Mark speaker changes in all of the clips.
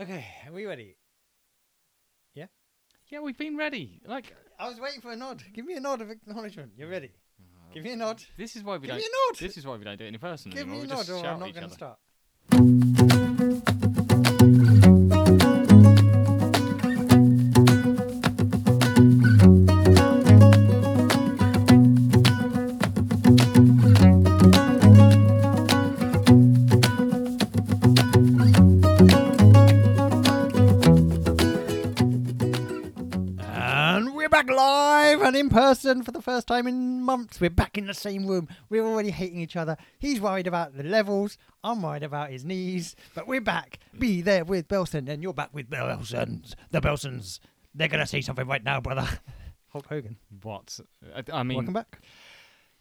Speaker 1: Okay, are we ready?
Speaker 2: Yeah, we've been ready. Like,
Speaker 1: I was waiting for a nod. Give me a nod of acknowledgement. You're ready. Give me a nod.
Speaker 2: this is why we
Speaker 1: Give
Speaker 2: don't.
Speaker 1: me a nod.
Speaker 2: This is why we don't do it in person
Speaker 1: Give
Speaker 2: anymore.
Speaker 1: me a
Speaker 2: we
Speaker 1: nod,
Speaker 2: just
Speaker 1: or
Speaker 2: shout
Speaker 1: I'm
Speaker 2: at
Speaker 1: not
Speaker 2: each
Speaker 1: going to
Speaker 2: other.
Speaker 1: start. And we're back live and in person for the first time in months. We're back in the same room. We're already hating each other. He's worried about the levels. I'm worried about his knees. But we're back. Be there with Belson, and you're back with the Belsons. The Belsons. They're gonna say something right now, brother. Hulk Hogan.
Speaker 2: What? I, I mean,
Speaker 1: Welcome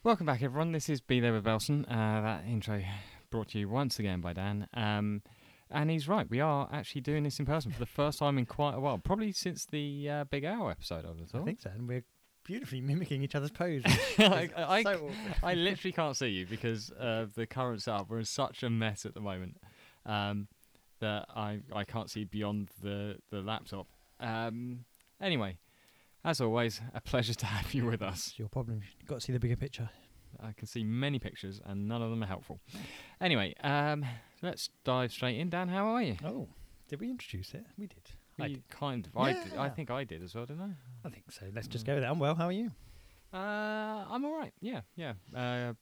Speaker 2: welcome back.
Speaker 1: back.
Speaker 2: everyone. This is Be There with Belson. Uh, that intro brought to you once again by Dan. Um, and he's right. We are actually doing this in person for the first time in quite a while. Probably since the uh, Big Hour episode, I would have
Speaker 1: I
Speaker 2: thought.
Speaker 1: think so. And we're beautifully mimicking each other's pose.
Speaker 2: I, I,
Speaker 1: so awkward.
Speaker 2: I literally can't see you because of the current setup. We're in such a mess at the moment um, that I, I can't see beyond the, the laptop. Um, anyway, as always, a pleasure to have you with us.
Speaker 1: It's your problem. You've got to see the bigger picture.
Speaker 2: I can see many pictures and none of them are helpful. Anyway, um, let's dive straight in. Dan, how are you?
Speaker 1: Oh, did we introduce it? We did. I
Speaker 2: you
Speaker 1: did.
Speaker 2: kind of. I, did, I
Speaker 1: Yeah.
Speaker 2: think I did as well, didn't
Speaker 1: I think so. Let's just go with that. I'm well. How are you?
Speaker 2: I? Uh, I'm all right. Yeah, yeah. Uh,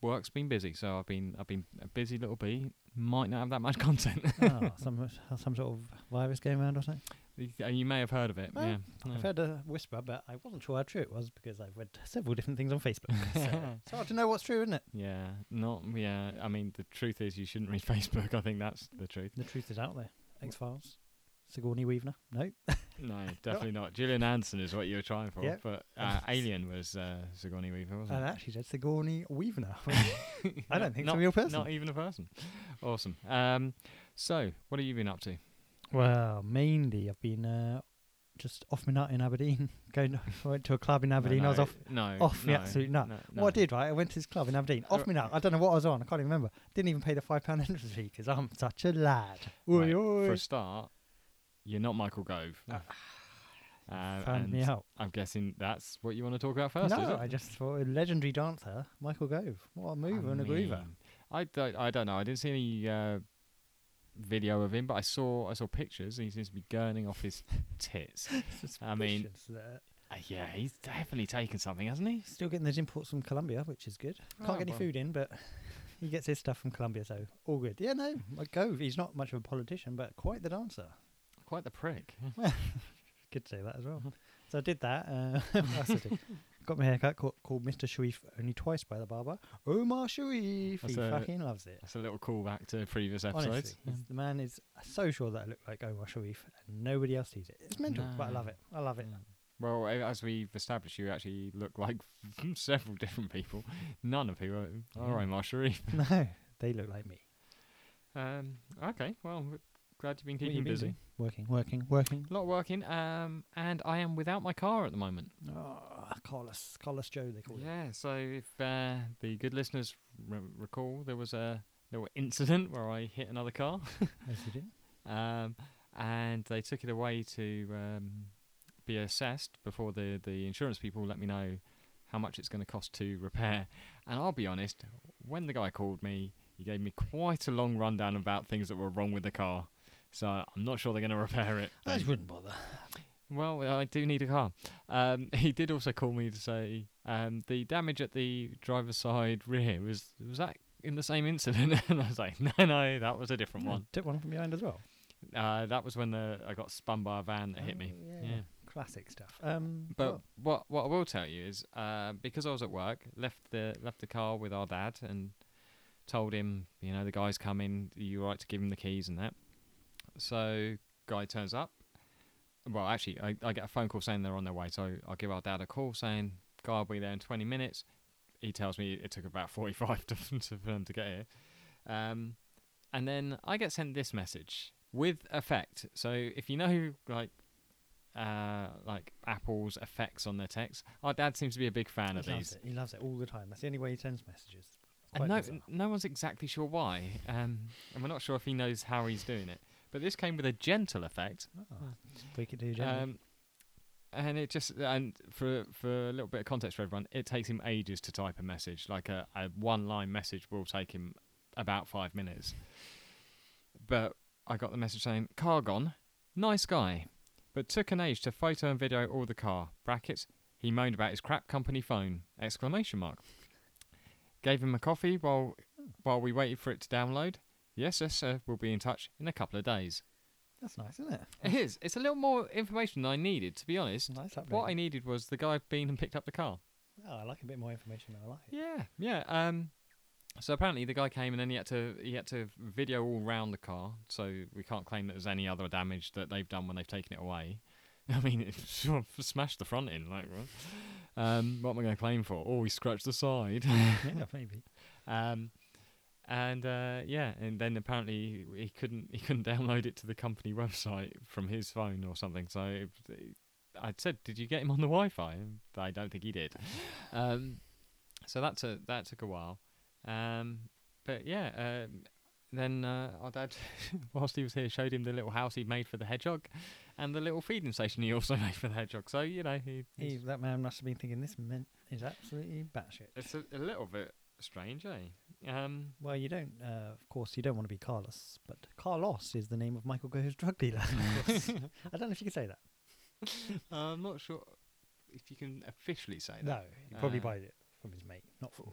Speaker 2: work's been busy, so I've been I've been a busy little bee. Might not have that much content.
Speaker 1: oh, some some sort of virus going around or something.
Speaker 2: You, uh, you may have heard of it.
Speaker 1: Oh,
Speaker 2: yeah.
Speaker 1: I've
Speaker 2: Yeah.
Speaker 1: heard a whisper, but I wasn't sure how true it was because I've read several different things on Facebook. So it's hard to know what's true, isn't it?
Speaker 2: Yeah. Not. Yeah. I mean, the truth is, you shouldn't read Facebook. I think that's the truth.
Speaker 1: The truth is out there. X Files, Sigourney Weaver. No,
Speaker 2: No, definitely not. Gillian Anderson is what you were trying for.
Speaker 1: Yep.
Speaker 2: But uh, Alien was uh, Sigourney Weaver, wasn't
Speaker 1: and
Speaker 2: it?
Speaker 1: actually said Sigourney Weaver. I
Speaker 2: Not-
Speaker 1: don't think it's
Speaker 2: not,
Speaker 1: a real person.
Speaker 2: Not even a person. Awesome. Um, so, what have you been up to?
Speaker 1: well, mainly I've been uh, just off my nut in Aberdeen. Going, to, I went to a club in Aberdeen.
Speaker 2: Uh, no,
Speaker 1: I was off.
Speaker 2: No.
Speaker 1: off the
Speaker 2: no,
Speaker 1: absolute nut.
Speaker 2: No,
Speaker 1: What I
Speaker 2: no.
Speaker 1: did right, I went to this club in Aberdeen. Off
Speaker 2: Uh,
Speaker 1: me nut. I don't know what I was on. I can't even remember. Didn't even pay the five pound entrance fee because I'm such a lad. Oi,
Speaker 2: Right,
Speaker 1: oi.
Speaker 2: For a start, you're not Michael Gove.
Speaker 1: Ah.
Speaker 2: Uh,
Speaker 1: Found me
Speaker 2: and
Speaker 1: out.
Speaker 2: I'm guessing that's what you want to talk about first. is
Speaker 1: no,
Speaker 2: it?
Speaker 1: I just thought a legendary dancer, Michael Gove. What a mover and a groover.
Speaker 2: mean, I don't, I don't know. I didn't see any uh, video of him, but I saw I saw pictures. And he seems to be gurning off his tits. I mean-
Speaker 1: Suspicious there.
Speaker 2: Uh, yeah, he's definitely taken something, hasn't he?
Speaker 1: still getting those imports from Colombia, which is good. Can't
Speaker 2: Oh,
Speaker 1: get any
Speaker 2: well.
Speaker 1: food in, but he gets his stuff from Colombia, so all good. Yeah, no,
Speaker 2: Mm-hmm.
Speaker 1: like Gove. He's not much of a politician, but quite the dancer.
Speaker 2: Quite the prick.
Speaker 1: Could say that as
Speaker 2: Mm-hmm.
Speaker 1: well. So I did that. Uh, what else did I do? Got my haircut called, called Mr. Sharif only twice by the barber. Omar Sharif.
Speaker 2: That's
Speaker 1: he
Speaker 2: a-
Speaker 1: fucking loves it.
Speaker 2: That's a little callback to previous episodes.
Speaker 1: Honestly, he's- the man is so sure that I look like Omar Sharif, and nobody else sees it. It's mental, but I love
Speaker 2: No.
Speaker 1: it. I love it.
Speaker 2: Yeah. Well, a- as we've established, you actually look like several different people, none of who are are Omar Sharif.
Speaker 1: No, they look like me.
Speaker 2: Um, okay, well, we're glad you've been
Speaker 1: What you
Speaker 2: keeping
Speaker 1: been
Speaker 2: busy.
Speaker 1: doing? Working, working, working.
Speaker 2: A lot working, um, and I am without my car at the moment.
Speaker 1: Oh, Carlos, Carlos Joe, they call it.
Speaker 2: Ah. Yeah, so if uh, the good listeners re- recall, there was a little incident where I hit another car,
Speaker 1: Yes, you do.
Speaker 2: um, and they took it away to um, be assessed before the, the insurance people let me know how much it's going to cost to repair. And I'll be honest, when the guy called me, he gave me quite a long rundown about things that were wrong with the car. So I'm not sure they're going to repair it.
Speaker 1: I
Speaker 2: They-
Speaker 1: just wouldn't bother.
Speaker 2: well, I do need a car. Um, he did also call me to say um, the damage at the driver's side rear was was that in the same incident, and I was like, no, no, that was a different
Speaker 1: Yeah,
Speaker 2: one.
Speaker 1: Took one from behind as well.
Speaker 2: Uh, that was when the I got spun by a van that hit
Speaker 1: Oh,
Speaker 2: me.
Speaker 1: Yeah.
Speaker 2: Yeah.
Speaker 1: Classic stuff. Um,
Speaker 2: But
Speaker 1: well,
Speaker 2: what what I will tell you is uh, because I was at work, left the left the car with our dad and told him, you know, the guy's coming. You all right to give him the keys and that. So guy turns up. Well, actually, I, I get a phone call saying they're on their way. So I give our dad a call saying, "Guy, will be there in 20 minutes." He tells me it took about 45 to, to, for them to get here. Um, and then I get sent this message with effect. So if you know, like, uh, like Apple's effects on their text, our dad seems to be a big fan of
Speaker 1: he loves
Speaker 2: these.
Speaker 1: it. He loves it all the time. That's the only way he sends messages.
Speaker 2: And
Speaker 1: Quite
Speaker 2: no,
Speaker 1: bizarre.
Speaker 2: no one's exactly sure why. Um, and we're not sure if he knows how he's doing it. But this came with a gentle effect.
Speaker 1: We could do gently.
Speaker 2: Um, and it just and for for a little bit of context for everyone, it takes him ages to type a message. Like a, a one line message will take him about five minutes. But I got the message saying, "Car gone, nice guy, but took an age to photo and video all the car." Brackets. He moaned about his crap company phone! Exclamation mark. Gave him a coffee while while we waited for it to download. Yes, yes, sir. We'll be in touch in a couple of days.
Speaker 1: That's nice, isn't it?
Speaker 2: It is. It's a little more information than I needed, to be honest.
Speaker 1: Nice update.
Speaker 2: What I needed was the guy being and picked up the car.
Speaker 1: oh, I like a bit more information than I like.
Speaker 2: Yeah, yeah. Um, so apparently the guy came and then he had to he had to video all round the car, so we can't claim that there's any other damage that they've done when they've taken it away. I mean, it sort of smashed the front in, like, what? Um, what am I going to claim for? Oh, we scratched the side.
Speaker 1: yeah, maybe.
Speaker 2: Um, and uh, yeah, and then apparently he couldn't he couldn't download it to the company website from his phone or something. So it- I said, "Did you get him on the Wi-Fi?" And I don't think he did. Um, so that took that took a while. Um, but yeah, um, then uh, our dad, whilst he was here, showed him the little house he'd made for the hedgehog, and the little feeding station he also made for the hedgehog. So you know, he, he's-
Speaker 1: He, that man must have been thinking this mint is absolutely batshit.
Speaker 2: it's a, a little bit strange, eh? Um,
Speaker 1: Well, you don't, uh, of course, you don't want to be Carlos, but Carlos is the name of Michael Gore's drug dealer. Of course. I don't know if you can say that.
Speaker 2: Uh, I'm not sure if you can officially say that.
Speaker 1: No, he probably
Speaker 2: Uh,
Speaker 1: buys it from his mate, not from.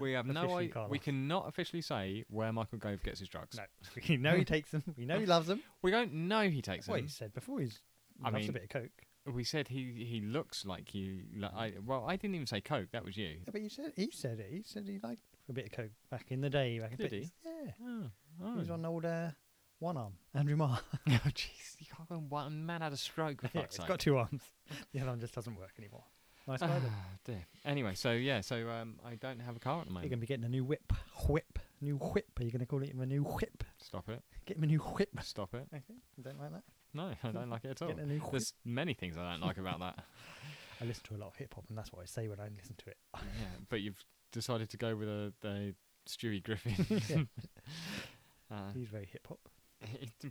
Speaker 2: We have no
Speaker 1: Officially
Speaker 2: idea.
Speaker 1: can't
Speaker 2: We
Speaker 1: ask. cannot
Speaker 2: cannot officially say where Michael Gove gets his drugs.
Speaker 1: No. we know he takes them. We know he loves them.
Speaker 2: We don't know he takes
Speaker 1: That's what
Speaker 2: them.
Speaker 1: he said before. He's
Speaker 2: I
Speaker 1: loves a
Speaker 2: mean-
Speaker 1: bit of coke.
Speaker 2: We said he he looks like you. Like, I, well, I didn't even say coke. That was you.
Speaker 1: Yeah, but you said he said it. He said he liked a bit of coke back in the day. Back in
Speaker 2: Did
Speaker 1: the-
Speaker 2: he?
Speaker 1: Yeah,
Speaker 2: Oh,
Speaker 1: he was on old uh, one arm, Andrew Marr.
Speaker 2: jeez, you can't go and one man had a stroke. For
Speaker 1: yeah,
Speaker 2: fuck's
Speaker 1: it's
Speaker 2: sake.
Speaker 1: got two arms. The other one just doesn't work anymore. Nice guy. though.
Speaker 2: Ah, dear. Anyway, so yeah, so um, I don't have a car at the
Speaker 1: You're
Speaker 2: moment.
Speaker 1: gonna be getting a new whip. Whip. New whip. Are you gonna call it him a new whip?
Speaker 2: Stop it.
Speaker 1: Get him a new whip.
Speaker 2: Stop it.
Speaker 1: Okay, you don't like that.
Speaker 2: No, I don't like it at all.
Speaker 1: Get a new whip.
Speaker 2: There's many things I don't like about that.
Speaker 1: I listen to a lot of hip hop, and that's what I say when I listen to it.
Speaker 2: yeah, but you've decided to go with a, a Stewie Griffin.
Speaker 1: Yeah.
Speaker 2: Uh,
Speaker 1: He's very hip hop.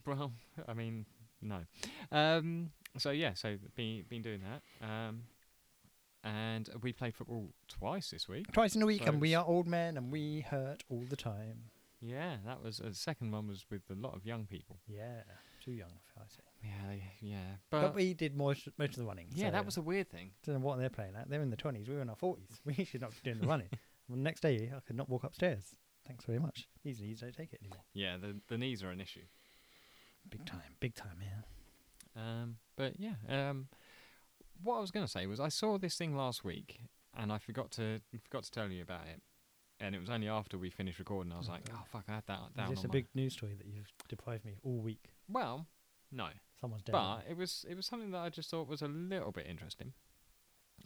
Speaker 2: well, I mean, no. Um, so yeah, so been been doing that, um, and we played football twice this week.
Speaker 1: Twice in a week, and we
Speaker 2: Those-
Speaker 1: are old men, and we hurt all the time.
Speaker 2: Yeah, that was uh, the second one was with a lot of young people.
Speaker 1: Yeah, too young for I say.
Speaker 2: Yeah, they, yeah,
Speaker 1: But,
Speaker 2: but,
Speaker 1: we did most most of the running.
Speaker 2: yeah,
Speaker 1: so
Speaker 2: that was a weird thing.
Speaker 1: don't know what they're playing at. They're in the twenties. We were in our forties. We should not be doing the running. Well, the next day, I could not walk upstairs. Thanks very much. These knees don't take it anymore.
Speaker 2: Yeah, the the knees are an issue.
Speaker 1: Big time, big time, yeah.
Speaker 2: Um, but yeah, um, what I was going to say was I saw this thing last week and I forgot to forgot to tell you about it, and it was only after we finished recording I was
Speaker 1: Oh,
Speaker 2: like,
Speaker 1: God.
Speaker 2: oh fuck, I had that down.
Speaker 1: Is this
Speaker 2: on
Speaker 1: a
Speaker 2: my-"
Speaker 1: big news story that you've deprived me of all week?
Speaker 2: Well, no,
Speaker 1: Someone's dead.
Speaker 2: but it was it was something that I just thought was a little bit interesting.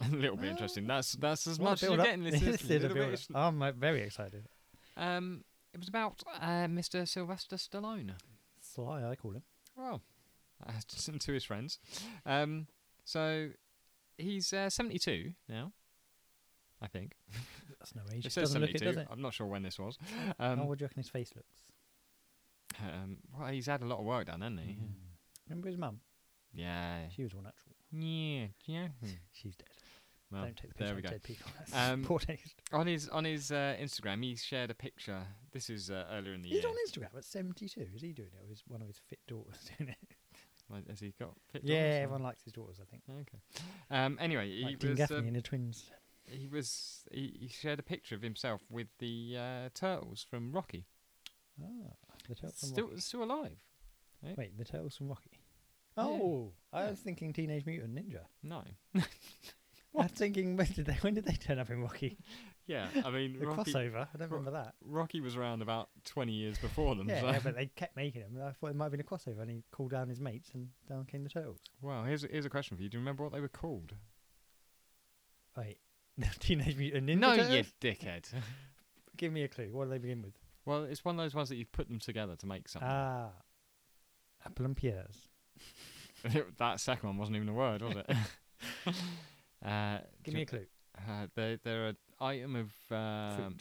Speaker 2: A little bit interesting. That's that's as much as you're getting. This,
Speaker 1: this is a
Speaker 2: little bit.
Speaker 1: build-up. I'm uh, very excited.
Speaker 2: Um, it was about uh, Mr. Sylvester Stallone.
Speaker 1: Sly, I call him.
Speaker 2: Well, uh, to to his friends. Um, so he's uh, 72 now, I think.
Speaker 1: That's no age.
Speaker 2: It
Speaker 1: It
Speaker 2: says
Speaker 1: doesn't look
Speaker 2: 72.
Speaker 1: it, does it? Oh,
Speaker 2: I'm not sure when this was.
Speaker 1: How
Speaker 2: Um,
Speaker 1: would you reckon his face looks?
Speaker 2: um, well, he's had a lot of work done, hasn't he?
Speaker 1: Mm. Remember his mum?
Speaker 2: Yeah.
Speaker 1: She was all natural.
Speaker 2: Yeah. Yeah.
Speaker 1: She's dead.
Speaker 2: Well,
Speaker 1: Don't take the picture
Speaker 2: there we
Speaker 1: of
Speaker 2: go.
Speaker 1: dead people. That's
Speaker 2: Um,
Speaker 1: poor taste.
Speaker 2: On his on his uh, Instagram, he shared a picture. This is uh, earlier in the
Speaker 1: He's
Speaker 2: year.
Speaker 1: on Instagram at 72. Is he doing it? Or is one of his fit daughters doing it?
Speaker 2: Like, has he got? picked on or
Speaker 1: yeah,
Speaker 2: something?
Speaker 1: everyone likes his daughters, I think.
Speaker 2: Um. Anyway, eh? he
Speaker 1: Like Dean
Speaker 2: was
Speaker 1: Gaffney
Speaker 2: um,
Speaker 1: and the twins.
Speaker 2: he was he, he shared a picture of himself with the uh, turtles from Rocky.
Speaker 1: Ah, the turtles from
Speaker 2: Still
Speaker 1: Rocky.
Speaker 2: still alive.
Speaker 1: Wait, the turtles from Rocky.
Speaker 2: Yeah.
Speaker 1: Oh, I
Speaker 2: Yeah.
Speaker 1: was thinking Teenage Mutant Ninja.
Speaker 2: No.
Speaker 1: I was thinking when did they when did they turn up in Rocky?
Speaker 2: Yeah, I mean,
Speaker 1: The
Speaker 2: Rocky,
Speaker 1: crossover. I don't
Speaker 2: Ro-
Speaker 1: remember that.
Speaker 2: Rocky was around about 20 years before them.
Speaker 1: Yeah,
Speaker 2: so.
Speaker 1: yeah, but they kept making him. I thought it might have been a crossover, and he called down his mates, and down came the turtles.
Speaker 2: Wow, here's, here's a question for you. Do you remember what they were called?
Speaker 1: Wait, Teenage Mutant Ninja
Speaker 2: no,
Speaker 1: Turtles?
Speaker 2: you dickhead.
Speaker 1: Give me a clue. What do they begin with?
Speaker 2: well, it's one of those ones that you put them together to make something.
Speaker 1: Ah, Apple and Pears.
Speaker 2: that second one wasn't even a word, was it? uh,
Speaker 1: Give me a clue.
Speaker 2: uh, they're, they're an item of um,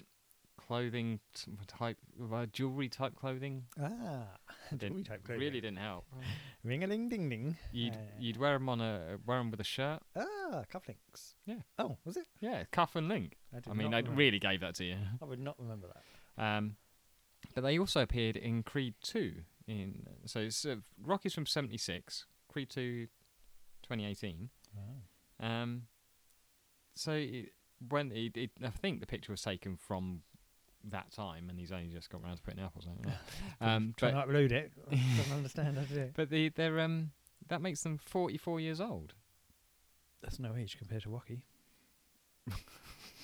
Speaker 2: clothing t- type, uh, jewelry type clothing.
Speaker 1: Ah,
Speaker 2: Didn't-
Speaker 1: jewelry type clothing.
Speaker 2: Really didn't help.
Speaker 1: Ring a ling ding ding.
Speaker 2: You'd
Speaker 1: Uh,
Speaker 2: you'd wear them on a wear 'em with a shirt.
Speaker 1: Ah, cufflinks.
Speaker 2: Yeah.
Speaker 1: Oh, was it?
Speaker 2: Yeah, cuff and link.
Speaker 1: did
Speaker 2: I mean,
Speaker 1: not
Speaker 2: they
Speaker 1: remember.
Speaker 2: really gave that to you.
Speaker 1: I would not remember that.
Speaker 2: Um, but they also appeared in Creed 2. In so it's uh, Rocky's from 76, Creed 2 2018. Um, so it, when it, it, I think the picture was taken from that time, and he's only just got around to putting it up or something. um,
Speaker 1: Trying
Speaker 2: but
Speaker 1: to upload it. I don't understand how to do it.
Speaker 2: but the, they're um that makes them 44 years old.
Speaker 1: That's no age compared to Rocky.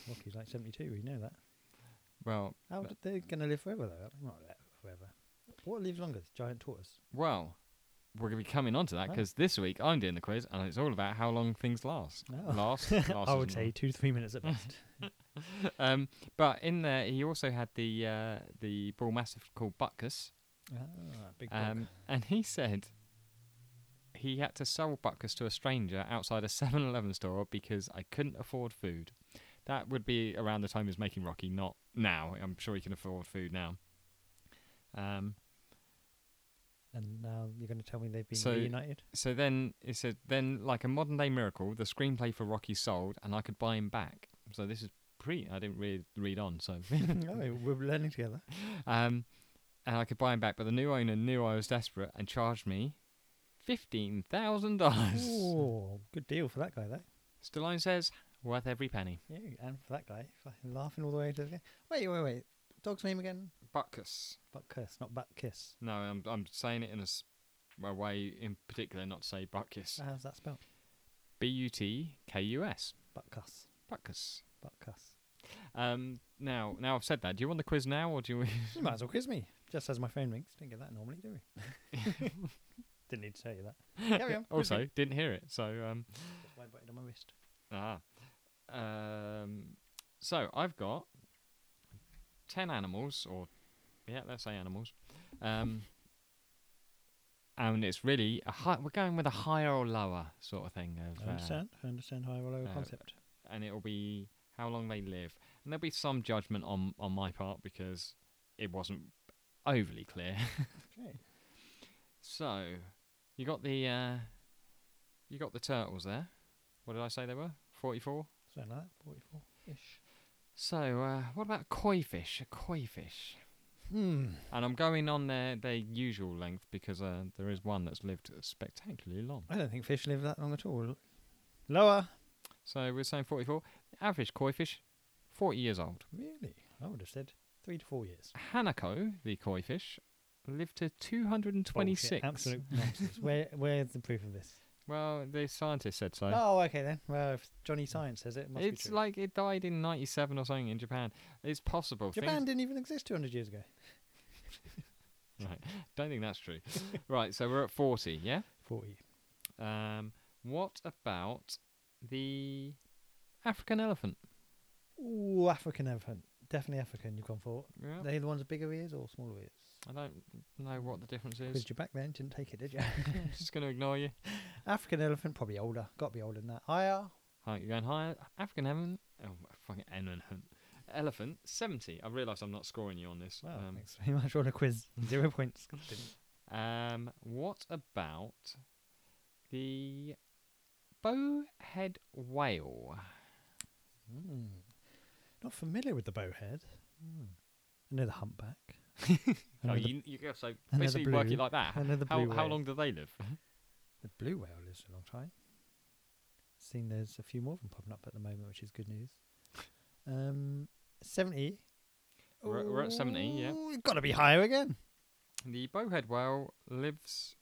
Speaker 1: Rocky's like 72, we know that.
Speaker 2: Well,
Speaker 1: How
Speaker 2: But-
Speaker 1: did they're going to live forever, though? They're Not that forever. What lives longer? The giant tortoise.
Speaker 2: well, we're gonna be coming on to that
Speaker 1: Huh?
Speaker 2: because this week I'm doing the quiz, and it's all about how long things last.
Speaker 1: Oh.
Speaker 2: Last, last
Speaker 1: I
Speaker 2: isn't
Speaker 1: would say
Speaker 2: long.
Speaker 1: two to three minutes at best.
Speaker 2: Um, but in there, he also had the uh, the bull mastiff called Butkus,
Speaker 1: ah, big dog.
Speaker 2: um, and he said he had to sell Butkus to a stranger outside a 7-Eleven store because I couldn't afford food. That would be around the time he was making Rocky, not now. I'm sure he can afford food now. Um,
Speaker 1: And now you're going to tell me they've been
Speaker 2: So-
Speaker 1: reunited?
Speaker 2: so then it said, then like a modern day miracle, the screenplay for Rocky sold, and I could buy him back. So this is pre. I didn't read read on. So
Speaker 1: no, we're learning together.
Speaker 2: Um, and I could buy him back, but the new owner knew I was desperate and charged me fifteen thousand dollars.
Speaker 1: Oh, good deal for that guy, though.
Speaker 2: Stallone says worth every penny.
Speaker 1: Yeah, and for that guy, fucking laughing all the way to the. Wait, wait, wait. Dog's name again?
Speaker 2: Butkus.
Speaker 1: Butt Kiss, not Butt Kiss.
Speaker 2: No, I'm I'm saying it in a, s- a way in particular, not to say Butkus.
Speaker 1: How's that spelled?
Speaker 2: B U T K U S.
Speaker 1: Butt Cuss.
Speaker 2: Butkus.
Speaker 1: Butt Cuss.
Speaker 2: Um, now now I've said that. Do you want the quiz now, or do you?
Speaker 1: You might as well quiz me, just as my phone rings. Don't get that normally, do we? Didn't need to tell you that. Carry on. quiz me.
Speaker 2: also, didn't hear it. So um,
Speaker 1: Just wide butted on my wrist.
Speaker 2: Ah. Um, so I've got 10 animals, or yeah, let's say animals. Um, and it's really a high, we're going with a higher or lower sort of thing. Of,
Speaker 1: I
Speaker 2: uh,
Speaker 1: understand. I understand higher or lower
Speaker 2: uh,
Speaker 1: concept.
Speaker 2: and it'll be how long they live. And there'll be some judgment on, on my part because it wasn't overly clear.
Speaker 1: Okay.
Speaker 2: so you got the uh, you got the turtles there. What did I say they were? 44?
Speaker 1: Something like that. Forty-four ish.
Speaker 2: So, uh, what about koi fish? A koi fish.
Speaker 1: Hmm.
Speaker 2: And I'm going on their, their usual length because uh, there is one that's lived spectacularly long.
Speaker 1: I don't think fish live that long at all. Lower.
Speaker 2: So we're saying 44. The average koi fish, 40 years old.
Speaker 1: Really? I would have said three to four years.
Speaker 2: Hanako, the koi fish, lived to
Speaker 1: Bullshit.
Speaker 2: 226.
Speaker 1: Absolute nonsense. Where, where's the proof of this?
Speaker 2: Well, the scientist said so.
Speaker 1: Oh, okay then. Well, if Johnny Science says it, it must
Speaker 2: it's
Speaker 1: be true.
Speaker 2: like it died in 97 or something in Japan. It's possible. Things-
Speaker 1: Japan didn't even exist 200 years ago.
Speaker 2: Right. Don't think that's true. right, so we're at 40, yeah?
Speaker 1: 40.
Speaker 2: Um, what about the African elephant?
Speaker 1: Ooh, African elephant. Definitely African, you've gone for.
Speaker 2: Yeah,
Speaker 1: They the ones with bigger ears or smaller ears?
Speaker 2: I don't know what the difference is.
Speaker 1: Quizzed you back then, didn't take it, did you?
Speaker 2: I'm just going to ignore you.
Speaker 1: African elephant, probably older. Got to be older than that. Higher.
Speaker 2: Hi, you're going higher. African elephant. Oh, fucking elephant. Elephant seventy. I realise I'm not scoring you on this.
Speaker 1: Wow, thanks very much. All a quiz. Zero points. God, didn't-
Speaker 2: um, um, what about the bowhead whale?
Speaker 1: Mm. Not familiar with the bowhead. Mm. I know the humpback. I
Speaker 2: Oh,
Speaker 1: know the,
Speaker 2: you, you go so
Speaker 1: another
Speaker 2: basically work
Speaker 1: blue-
Speaker 2: it like that.
Speaker 1: another
Speaker 2: How
Speaker 1: blue
Speaker 2: how
Speaker 1: whale.
Speaker 2: long do they live?
Speaker 1: the blue whale lives a long time. Seen there's a few more of them popping up at the moment, which is good news. Um, 70.
Speaker 2: We're- we're at 70, yeah.
Speaker 1: Got to be higher again.
Speaker 2: The bowhead whale lives,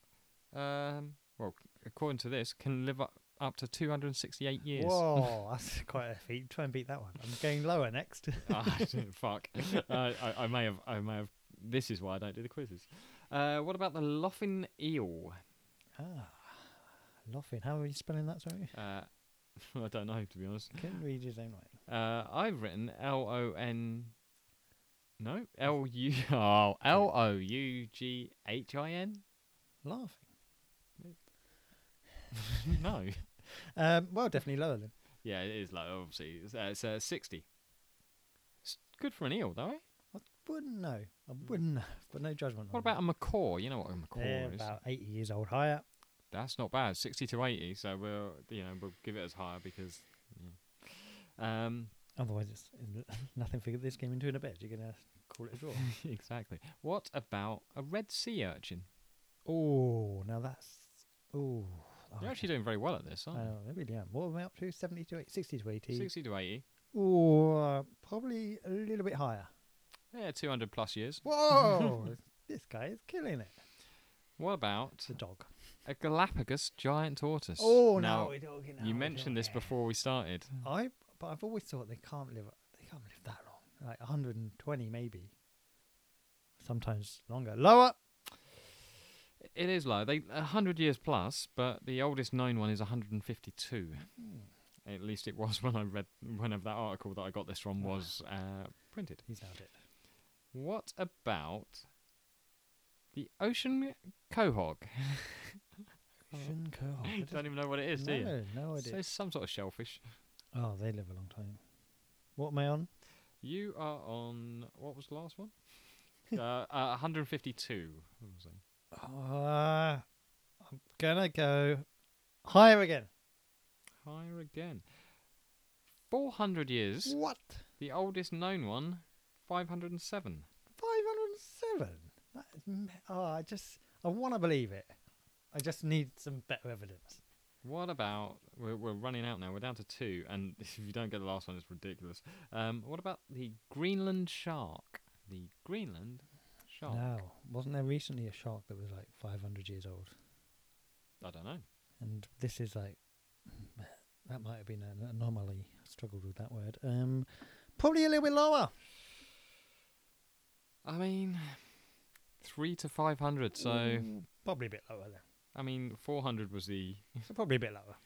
Speaker 2: um, well, according to this, can live up, up to 268 years.
Speaker 1: Whoa, that's quite a feat. Try and beat that one. I'm going lower next.
Speaker 2: Ah, fuck. Uh, I, I, I may have. I may have. This is why I don't do the quizzes. Uh, what about the Loffin eel?
Speaker 1: ah, Loffin. How are you spelling that? Sorry,
Speaker 2: Uh, I don't know, to be honest.
Speaker 1: couldn't read his own way.
Speaker 2: Uh, I've written L O N. No, L U. Oh, L O U G H I N.
Speaker 1: Laughing.
Speaker 2: No.
Speaker 1: Um, well, definitely lower than.
Speaker 2: Yeah, it is low. Obviously, it's, uh, it's uh, sixty. It's good for an eel, though. Eh?
Speaker 1: wouldn't know. I wouldn't know. But no judgment.
Speaker 2: Hmm. What
Speaker 1: on
Speaker 2: about a macaw? You know what a
Speaker 1: them. They're
Speaker 2: macaw is.
Speaker 1: about 80 years old higher.
Speaker 2: That's not bad. Sixty to eighty. So we'll you know we'll give it as high because. Yeah. Um.
Speaker 1: Otherwise, it's nothing for this game into in a bed. You're going to call it a draw.
Speaker 2: exactly. What about a red sea urchin?
Speaker 1: oh, now that's. Oh.
Speaker 2: You're actually doing very well at this,
Speaker 1: I
Speaker 2: aren't
Speaker 1: know, I really am. What am I up to? 70 to 80, 60 to
Speaker 2: you?
Speaker 1: 80.
Speaker 2: Sixty to eighty.
Speaker 1: Or probably a little bit higher.
Speaker 2: Yeah, two hundred plus years.
Speaker 1: Whoa! this guy is killing it.
Speaker 2: What about
Speaker 1: It's a dog.
Speaker 2: a Galapagos giant tortoise?
Speaker 1: Oh,
Speaker 2: Now,
Speaker 1: no. we're talking now,
Speaker 2: You
Speaker 1: we're
Speaker 2: mentioned this
Speaker 1: talking.
Speaker 2: before we started.
Speaker 1: I but I've always thought they can't live they can't live that long. Like 120 maybe. Sometimes longer. Lower.
Speaker 2: It is low. They a hundred years plus, but the oldest known one is 152.
Speaker 1: Hmm.
Speaker 2: At least it was when I read whenever that article that I got this from was uh, printed.
Speaker 1: He's found it.
Speaker 2: What about the ocean quahog?
Speaker 1: Ocean cohort. Oh, I
Speaker 2: Don't even know what it Oh. is,
Speaker 1: don't-
Speaker 2: do you?
Speaker 1: no, no
Speaker 2: So
Speaker 1: idea.
Speaker 2: it's some sort of shellfish.
Speaker 1: oh, they live a long time. What am I on?
Speaker 2: You are on what was the last one? uh, uh, 152. What was I? Oh.
Speaker 1: Uh, I'm gonna go higher again.
Speaker 2: Higher again. 400 years.
Speaker 1: What?
Speaker 2: The oldest known one, 507.
Speaker 1: 507. That is ma- oh, I just I want to believe it. I just need some better evidence.
Speaker 2: What about we're, we're running out now? We're down to two, and if you don't get the last one, it's ridiculous. Um, what about the Greenland shark? The Greenland shark.
Speaker 1: No, wasn't there recently a shark that was like 500 years old?
Speaker 2: I don't know.
Speaker 1: and this is like that might have been an anomaly. I struggled with that word. Um, probably a little bit lower.
Speaker 2: I mean, three to five hundred. So
Speaker 1: Mm, probably a bit lower then.
Speaker 2: I mean, four hundred was the
Speaker 1: So probably a bit lower.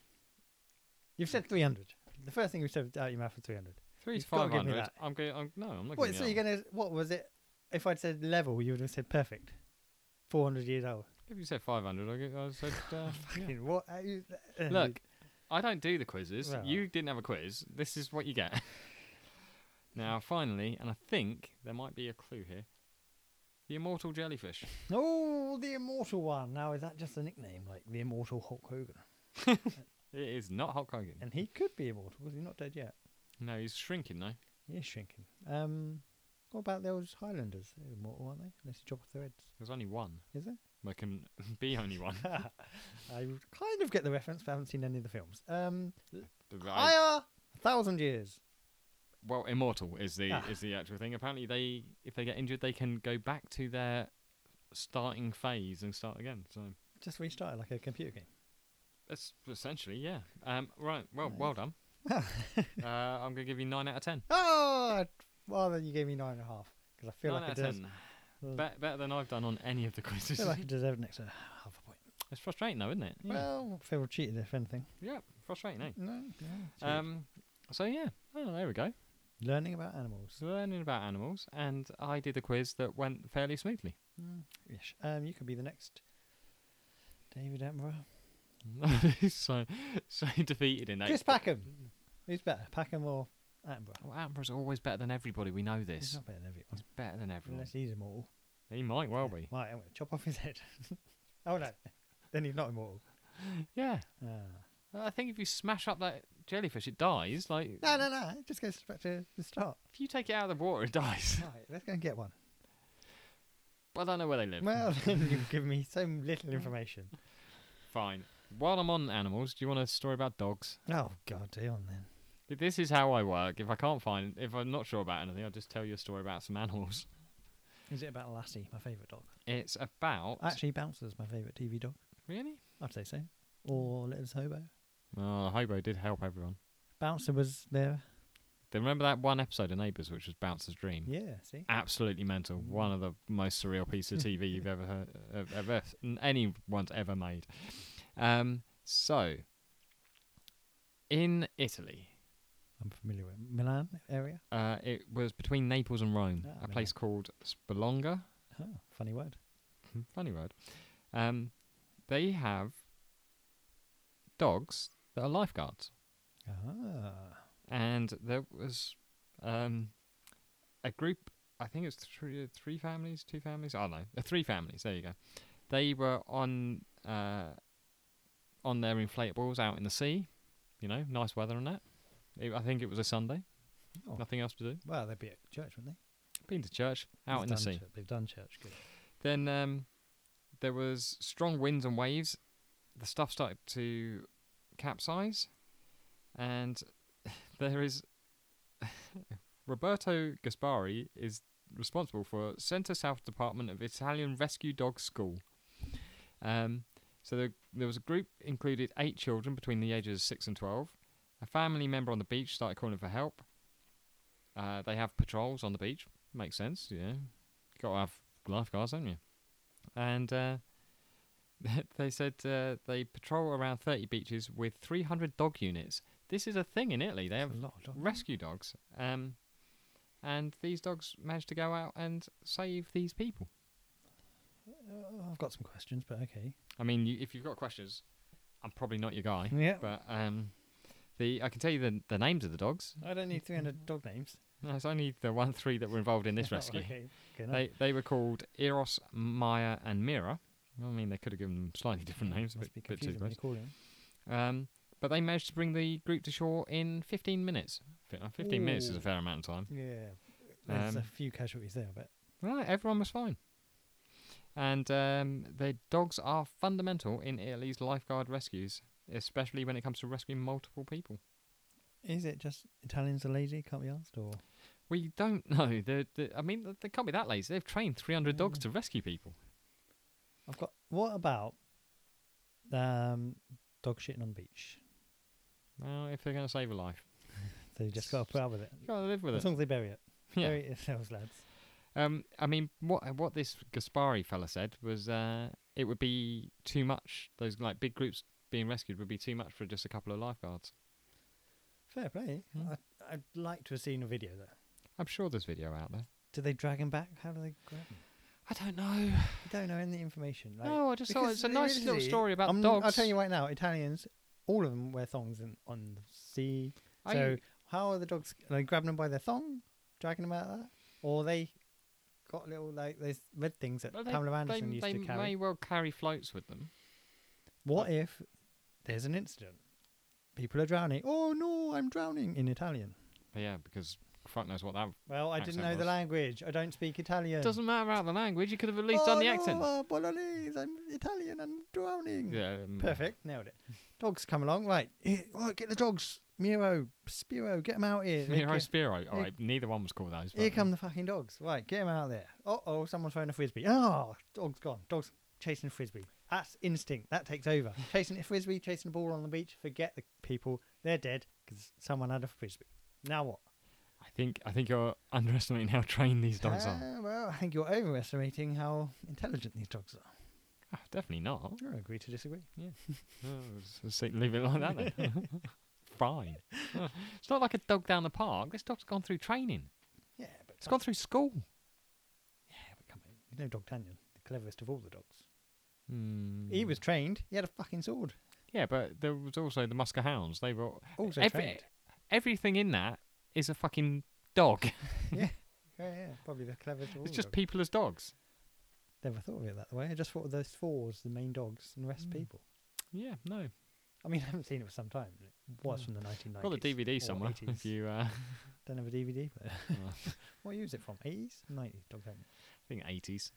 Speaker 1: You've said three hundred. The first thing you said out of your mouth was three hundred.
Speaker 2: three
Speaker 1: You've
Speaker 2: to
Speaker 1: gotta
Speaker 2: five
Speaker 1: give me
Speaker 2: hundred.
Speaker 1: that.
Speaker 2: I'm going. I'm, no, I'm not.
Speaker 1: What?
Speaker 2: giving
Speaker 1: So
Speaker 2: you
Speaker 1: you're
Speaker 2: that one.
Speaker 1: gonna? What was it? If I'd said level, you would have said perfect. Four hundred years old.
Speaker 2: If you said five hundred, I, g- I said. Uh, yeah.
Speaker 1: Fucking What? how you- uh,
Speaker 2: Look, I don't do the quizzes.
Speaker 1: Well.
Speaker 2: You didn't have a quiz. This is what you get. now, finally, and I think there might be a clue here. The immortal jellyfish.
Speaker 1: Oh, the immortal one. Now is that just a nickname, like the immortal Hulk Hogan?
Speaker 2: It is not Hulk Hogan.
Speaker 1: And he could be immortal because he's not dead yet.
Speaker 2: No, he's shrinking now.
Speaker 1: He is shrinking. Um, what about those Highlanders? They're immortal, aren't they? Unless you chop off their heads,
Speaker 2: There's only one.
Speaker 1: is there?
Speaker 2: There can be only one.
Speaker 1: I would kind of get the reference, but I haven't seen any of the films. Um,
Speaker 2: But I-
Speaker 1: higher, a thousand years.
Speaker 2: well, immortal is the
Speaker 1: Ah.
Speaker 2: is the actual thing. Apparently, they if they get injured, they can go back to their starting phase and start again. So
Speaker 1: Just restarted like a computer game.
Speaker 2: that's essentially yeah. Um, right. Well, well done. uh, I'm gonna give you nine out of ten.
Speaker 1: Oh, well, then you gave me nine and a half because I feel
Speaker 2: nine
Speaker 1: like I
Speaker 2: out of
Speaker 1: deserve. well,
Speaker 2: ten. Be- better than I've done on any of the
Speaker 1: I
Speaker 2: quizzes.
Speaker 1: feel like I deserve an extra half a point.
Speaker 2: it's frustrating though, isn't it? Yeah.
Speaker 1: Well, I feel cheated if anything.
Speaker 2: yeah, frustrating. Eh?
Speaker 1: No, no.
Speaker 2: Um, so yeah. Oh, there we go.
Speaker 1: learning about animals.
Speaker 2: So learning about animals, and I did a quiz that went fairly smoothly.
Speaker 1: Mm, ish. Um, you could be the next David Attenborough.
Speaker 2: so, so defeated in that.
Speaker 1: Chris Packham. Who's better, Packham or Attenborough?
Speaker 2: Well, Attenborough's always better than everybody. We know
Speaker 1: He's
Speaker 2: this.
Speaker 1: not better than
Speaker 2: He's
Speaker 1: everyone.
Speaker 2: better than everyone.
Speaker 1: Unless he's immortal.
Speaker 2: He might well be.
Speaker 1: Right, I'm going to chop off his head. oh no, then he's not immortal.
Speaker 2: Yeah.
Speaker 1: Ah.
Speaker 2: I think if you smash up that jellyfish, it dies. Like
Speaker 1: No, no, no. It just goes back to the start.
Speaker 2: if you take it out of the water, it dies.
Speaker 1: Right, let's go and get one.
Speaker 2: but I don't know where they live.
Speaker 1: Well, then you've given me so little information.
Speaker 2: Fine. While I'm on animals, do you want a story about dogs?
Speaker 1: Oh God, do on then.
Speaker 2: This is how I work. If I can't find, if I'm not sure about anything, I'll just tell you a story about some animals.
Speaker 1: Is it about Lassie, my favourite dog?
Speaker 2: It's about
Speaker 1: Actually, Bouncer's my favourite TV dog.
Speaker 2: really.
Speaker 1: I'd say so. Or Little Hobo.
Speaker 2: Oh, Hobo did help everyone.
Speaker 1: Bouncer was there.
Speaker 2: They remember that one episode of Neighbours, which was Bouncer's Dream.
Speaker 1: Yeah, see.
Speaker 2: Absolutely mental. One of the most surreal pieces of TV you've ever heard, of- ever anyone's ever made. Um, so, in Italy,
Speaker 1: I'm familiar with Milan area.
Speaker 2: uh, it was between Naples and Rome,
Speaker 1: Ah,
Speaker 2: a
Speaker 1: Milan.
Speaker 2: place called Spolonga.
Speaker 1: Oh, funny word.
Speaker 2: Hmm, funny word. Um, they have dogs that are lifeguards,
Speaker 1: Ah.
Speaker 2: and there was um, a group I think it was three, three families, two families. I don't know, Uh, three families. There you go. They were on uh, on their inflatables out in the sea. You know, nice weather and that. It, I think it was a Sunday.
Speaker 1: Oh.
Speaker 2: Nothing else to do.
Speaker 1: Well, they'd be at church, wouldn't they?
Speaker 2: Been to church out
Speaker 1: They've
Speaker 2: in the
Speaker 1: done
Speaker 2: sea.
Speaker 1: chur- they've done church. Good.
Speaker 2: Then um, there was strong winds and waves. The stuff started to capsize, and there is Roberto Gaspari is responsible for Centre South Department of Italian Rescue Dog School. Um, so there, there was a group included eight children between the ages of six and twelve. A family member on the beach started calling for help. Uh, they have patrols on the beach. Makes sense, yeah. Got to have lifeguards, haven't you? And uh, they said uh, they patrol around 30 beaches with 300 dog units. This is a thing in Italy. They have
Speaker 1: That's a lot of dogs.
Speaker 2: rescue dogs. Um, and these dogs managed to go out and save these people.
Speaker 1: Uh, I've got some questions, but okay.
Speaker 2: I mean, you, if you've got questions, I'm probably not your guy.
Speaker 1: Yeah.
Speaker 2: But um, the I can tell you the, the names of the dogs.
Speaker 1: I don't need 300 dog names.
Speaker 2: No, it's only the one three that were involved in this
Speaker 1: Oh,
Speaker 2: rescue.
Speaker 1: okay. Good enough.
Speaker 2: They they were called Eros, Maya, and Mira. I mean, they could have given them slightly different names, a
Speaker 1: Must
Speaker 2: bit,
Speaker 1: be
Speaker 2: bit too
Speaker 1: confusing when
Speaker 2: close.
Speaker 1: you call them.
Speaker 2: Um, but they managed to bring the group to shore in 15 minutes. Fi- uh, 15 minutes is a
Speaker 1: Ooh.
Speaker 2: fair amount of time.
Speaker 1: Yeah. There's a
Speaker 2: Um,
Speaker 1: few casualties there, but
Speaker 2: Right, everyone was fine. And um, the dogs are fundamental in Italy's lifeguard rescues, especially when it comes to rescuing multiple people.
Speaker 1: is it just Italians are lazy? Can't be asked, or
Speaker 2: We don't know. The, the, I mean, th- they can't be that lazy. They've trained 300
Speaker 1: Yeah,
Speaker 2: dogs
Speaker 1: yeah.
Speaker 2: to rescue people.
Speaker 1: I've got. What about um dog shitting on the beach?
Speaker 2: Well, if they're going to save a life,
Speaker 1: So you just got to put up with it.
Speaker 2: you got to live with
Speaker 1: As
Speaker 2: it.
Speaker 1: long as they bury it,
Speaker 2: Yeah.
Speaker 1: bury it yourselves, lads.
Speaker 2: Um, I mean, what what this Gaspari fella said was uh, it would be too much. Those like big groups being rescued would be too much for just a couple of lifeguards.
Speaker 1: Fair play.
Speaker 2: Hmm.
Speaker 1: I, I'd like to have seen a video though.
Speaker 2: I'm sure there's video out there.
Speaker 1: Do they drag him back? How do they grab him?
Speaker 2: I don't know.
Speaker 1: I don't know any information. Like,
Speaker 2: no, I just thought
Speaker 1: because
Speaker 2: it's a
Speaker 1: it
Speaker 2: nice
Speaker 1: really
Speaker 2: little
Speaker 1: is.
Speaker 2: story about
Speaker 1: I'm-
Speaker 2: dogs.
Speaker 1: I'll tell you right now, Italians, all of them wear thongs in, on the sea.
Speaker 2: I-
Speaker 1: so how are the dogs? Are they grabbing them by their thong, dragging them out of that, or they got little like those red things that
Speaker 2: well, they,
Speaker 1: Pamela
Speaker 2: they-
Speaker 1: Anderson used
Speaker 2: they
Speaker 1: to carry?
Speaker 2: may well carry floats with them.
Speaker 1: What if there's an incident? People are drowning. Oh no, I'm drowning in Italian.
Speaker 2: But yeah, because fuck knows what that.
Speaker 1: Well, I
Speaker 2: Accent
Speaker 1: didn't know the
Speaker 2: was.
Speaker 1: language. I don't speak Italian.
Speaker 2: Doesn't matter about the language. You could have at least done the accent.
Speaker 1: No, uh, Bolognese, I'm Italian. I'm drowning.
Speaker 2: Yeah. um,
Speaker 1: Perfect. Nailed it. Dogs come along. Right. Here, right, get the dogs. Miro, Spiro, get them out here. They
Speaker 2: Miro
Speaker 1: get-
Speaker 2: Spiro. All right, neither one was called those.
Speaker 1: Here
Speaker 2: but-
Speaker 1: come the fucking dogs. Right, get them out of there. Uh oh, someone's throwing a frisbee. Oh, dog's gone. Dog's chasing a frisbee. That's instinct. That takes over. chasing a frisbee, chasing a ball on the beach. Forget the people. They're dead because someone had a frisbee. Now what?
Speaker 2: I think I think you're underestimating how trained these dogs are.
Speaker 1: Ah, well, I think you're overestimating how intelligent these dogs are.
Speaker 2: Ah, definitely not.
Speaker 1: I agree to disagree.
Speaker 2: Oh, s- s- leave it like that then. Fine. It's not like a dog down the park. This dog's gone through training.
Speaker 1: Yeah, but
Speaker 2: It's gone through school.
Speaker 1: Yeah, but come on. You know Dog Tanyan, the cleverest of all the dogs.
Speaker 2: Hmm.
Speaker 1: He was trained. He had a fucking sword.
Speaker 2: Yeah, but there was also the Musker Hounds. They were
Speaker 1: Also
Speaker 2: every-
Speaker 1: Oh, trained.
Speaker 2: everything in that is a fucking dog.
Speaker 1: Yeah, yeah, probably the cleverest of all.
Speaker 2: it's
Speaker 1: the
Speaker 2: just
Speaker 1: dogs.
Speaker 2: people as dogs.
Speaker 1: Never thought of it that way. I just thought of those fours, the main dogs, and the rest
Speaker 2: Mm.
Speaker 1: people.
Speaker 2: Yeah, no.
Speaker 1: I mean, I haven't seen it for some time. It was
Speaker 2: Mm.
Speaker 1: from the 1990s.
Speaker 2: I've got the DVD
Speaker 1: or
Speaker 2: somewhere.
Speaker 1: 80s.
Speaker 2: If you, uh,
Speaker 1: Don't have a DVD player.
Speaker 2: well, I
Speaker 1: What year is it from? 80s? 90s? Dog Tanyan.
Speaker 2: think eighties,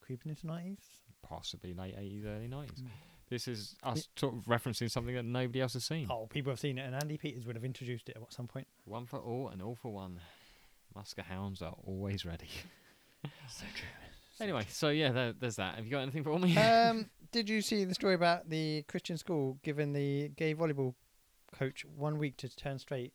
Speaker 1: Creeping into 90s?
Speaker 2: possibly late eighties, early nineties.
Speaker 1: Mm.
Speaker 2: This is us sort of referencing something that nobody else has seen.
Speaker 1: Oh, people have seen it, and Andy Peters would have introduced it at some point.
Speaker 2: One for all and all for one. Musker Hounds are always ready.
Speaker 1: So true.
Speaker 2: Anyway, so yeah, there, there's that. Have you got anything for me?
Speaker 1: um, did you see the story about the Christian school giving the gay volleyball coach one week to turn straight?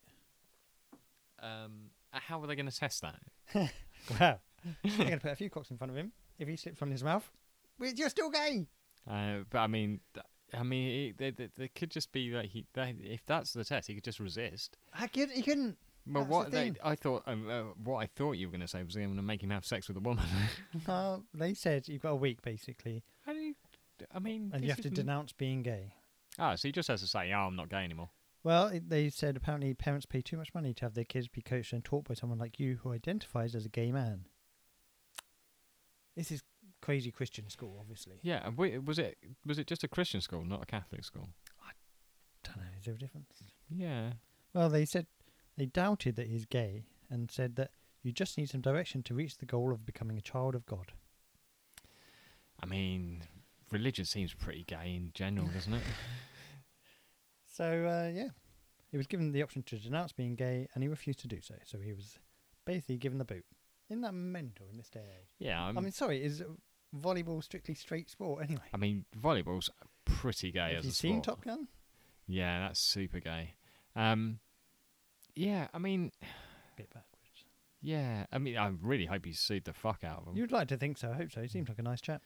Speaker 2: um, uh, how are they going to test that?
Speaker 1: Wow. They're going to put a few cocks in front of him. If he slips on his mouth, "Well, you're still gay.
Speaker 2: Uh, but I mean, th- I mean, it, they, they, they could just be that he. They, if that's the test, he could just resist.
Speaker 1: I could, he couldn't.
Speaker 2: Well,
Speaker 1: That's the
Speaker 2: what they,
Speaker 1: thing.
Speaker 2: I thought, um, uh, what I thought you were going to say was going to make him have sex with a woman.
Speaker 1: Uh, they said you've got a week basically,
Speaker 2: how do you? I mean,
Speaker 1: and you
Speaker 2: this
Speaker 1: have to
Speaker 2: isn't-
Speaker 1: denounce being gay.
Speaker 2: Ah, so he just has to say, "Oh, I'm not gay anymore."
Speaker 1: Well, it, they said apparently parents pay too much money to have their kids be coached and taught by someone like you who identifies as a gay man. This is crazy Christian school, obviously.
Speaker 2: Yeah, and we, was it was it just a Christian school, not a Catholic school?
Speaker 1: Don't know, is there a difference?
Speaker 2: Yeah.
Speaker 1: Well, they said they doubted that he's gay and said that you just need some direction to reach the goal of becoming a child of God.
Speaker 2: I mean, religion seems pretty gay in general, doesn't it?
Speaker 1: So, uh, yeah, he was given the option to denounce being gay and he refused to do so. So he was basically given the boot. Isn't that mental in this day and age?
Speaker 2: Yeah, I'm,
Speaker 1: I mean, sorry, is volleyball strictly straight sport anyway?
Speaker 2: Um, I mean, volleyball's pretty gay
Speaker 1: Have
Speaker 2: as
Speaker 1: you
Speaker 2: a
Speaker 1: seen
Speaker 2: sport.
Speaker 1: Top Gun?
Speaker 2: Yeah, that's super gay. Um, yeah, I mean,
Speaker 1: Bit backwards.
Speaker 2: yeah, I mean, I really hope he sued the fuck out of him.
Speaker 1: You'd like to think so. I hope so. He
Speaker 2: mm.
Speaker 1: seems like a nice chap.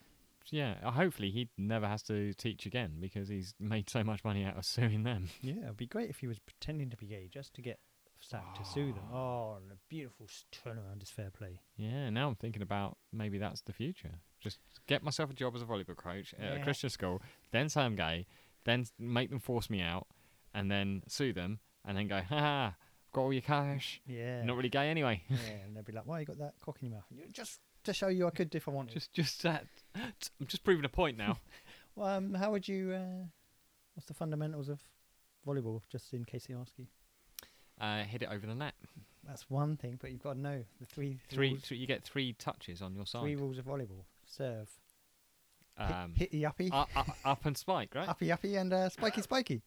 Speaker 2: Yeah, uh, hopefully he never has to teach again because he's made so much money out of suing them.
Speaker 1: Yeah, it'd be great if he was pretending to be gay just to get Sack to sue
Speaker 2: Ah.
Speaker 1: them. Oh, and a beautiful s- turnaround is fair play.
Speaker 2: Yeah, now I'm thinking about maybe that's the future. Just get myself a job as a volleyball coach at a
Speaker 1: Yeah.
Speaker 2: Christian school, then say I'm gay, then s- make them force me out, and then sue them, and then go, ha ha, got all your cash.
Speaker 1: Yeah.
Speaker 2: Not really gay anyway.
Speaker 1: yeah, and they'd be like, "Why you got that cock in your mouth?" "You- Just to show you, I could if I wanted.
Speaker 2: Just, just that. I'm just proving a point now.
Speaker 1: Well, um, how would you? Uh, what's the fundamentals of volleyball? Just in case they ask you,
Speaker 2: uh, hit it over the net.
Speaker 1: that's one thing, but you've got to know the three
Speaker 2: Three,
Speaker 1: rules,
Speaker 2: three you get three touches on your
Speaker 1: three
Speaker 2: side.
Speaker 1: rules of volleyball: serve,
Speaker 2: Um,
Speaker 1: hit, hitty uppy,
Speaker 2: up, up, up and spike, right?
Speaker 1: uppy uppy, and uh, spiky spiky.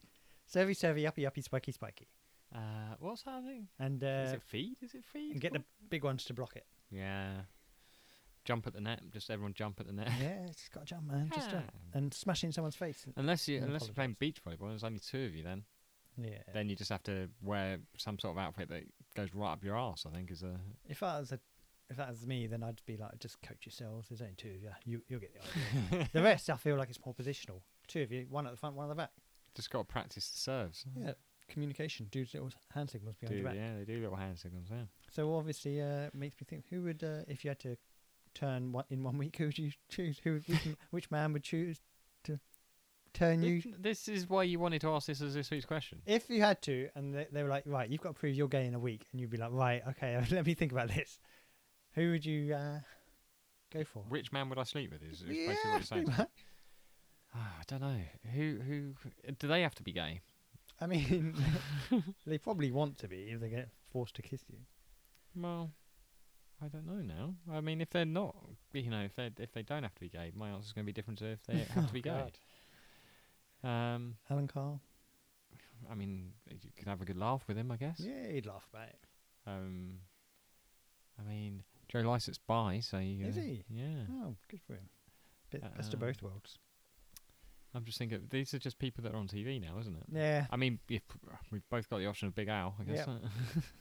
Speaker 1: Servey servey, uppy uppy, spiky spiky,
Speaker 2: Uh, what's that thing?
Speaker 1: and uh,
Speaker 2: is it feed? Is it feed?
Speaker 1: and get the
Speaker 2: What-
Speaker 1: big ones to block it.
Speaker 2: yeah. Jump at the net. Just everyone jump at the net.
Speaker 1: yeah, it's got to jump, man. Just uh, jump.
Speaker 2: Ah.
Speaker 1: and smash in someone's face.
Speaker 2: Unless you
Speaker 1: and
Speaker 2: unless you're playing beach volleyball, there's only two of you. Then
Speaker 1: Yeah.
Speaker 2: then you just have to wear some sort of outfit that goes right up your ass. I think is a
Speaker 1: If that was a, if that was me, then I'd be like, just coach yourselves. There's only two of you. You you'll get the idea. the rest, I feel like it's more positional. Two of you, one at the front, one at the back.
Speaker 2: just got to practice the serves.
Speaker 1: Yeah. Communication. Do little hand signals
Speaker 2: Do,
Speaker 1: behind your back.
Speaker 2: yeah, they do little hand signals. Yeah.
Speaker 1: So obviously, uh, it makes me think: who would, uh, if you had to turn one in one week, who would you choose? Who would, which, m- which man would choose to turn you?
Speaker 2: Th- This is why you wanted to ask this as this week's question.
Speaker 1: If you had to, and they, they were like, right, you've got to prove you're gay in a week, and you'd be like, right, okay, let me think about this. Who would you uh, go for?
Speaker 2: Which man would I sleep with? Is, is
Speaker 1: Yeah,
Speaker 2: basically what you're
Speaker 1: pretty
Speaker 2: saying.
Speaker 1: much.
Speaker 2: Ah, I don't know. Who who do they have to be gay?
Speaker 1: I mean, they probably want to be if they get forced to kiss you.
Speaker 2: Well, I don't know now. I mean, if they're not, you know, if they if they don't have to be gay, my answer's going to be different to if they have to be gay.
Speaker 1: Oh, God.
Speaker 2: Um,
Speaker 1: Alan Carl?
Speaker 2: I mean, you could have a good laugh with him, I guess.
Speaker 1: Yeah, he'd laugh about it.
Speaker 2: Um, I mean, Joe Lycett's bi, so you,
Speaker 1: Is
Speaker 2: uh,
Speaker 1: he?
Speaker 2: Yeah.
Speaker 1: Oh, good for him. Bit, best
Speaker 2: Uh,
Speaker 1: of both worlds.
Speaker 2: I'm just thinking these are just people that are on TV now, isn't it?
Speaker 1: Yeah,
Speaker 2: I mean, if we've both got the option of Big Al, I guess.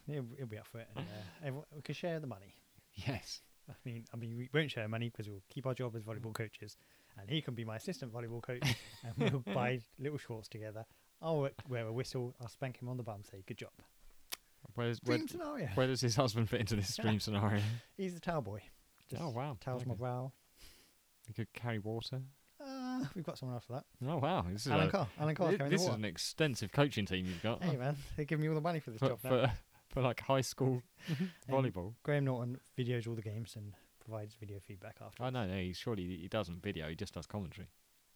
Speaker 1: he'll, he'll be up for it. And, uh, everyone, we can share the money.
Speaker 2: yes.
Speaker 1: I mean, I mean, we won't share money because we'll keep our job as
Speaker 2: Mm.
Speaker 1: volleyball coaches, and he can be my assistant volleyball coach, and we'll buy little shorts together. I'll wear- wear a whistle. I'll spank him on the bum. Say, "Good job."
Speaker 2: Where's, where,
Speaker 1: Dream scenario.
Speaker 2: where does his husband fit into this dream scenario?
Speaker 1: He's the towel boy. Just
Speaker 2: oh wow.
Speaker 1: Towels my
Speaker 2: okay.
Speaker 1: brow.
Speaker 2: He could carry water.
Speaker 1: Uh, we've got someone else for that.
Speaker 2: Oh wow. This is
Speaker 1: Alan
Speaker 2: a-
Speaker 1: Carr. Alan Carr
Speaker 2: thi-
Speaker 1: carrying
Speaker 2: this
Speaker 1: the
Speaker 2: is
Speaker 1: water.
Speaker 2: an extensive coaching team you've got
Speaker 1: Hey man, they're giving me all the money for this
Speaker 2: for,
Speaker 1: job now.
Speaker 2: for, for like high school
Speaker 1: And
Speaker 2: volleyball.
Speaker 1: Graham Norton videos all the games and provides video feedback after.
Speaker 2: Oh no, no, he surely he doesn't video. He just does commentary.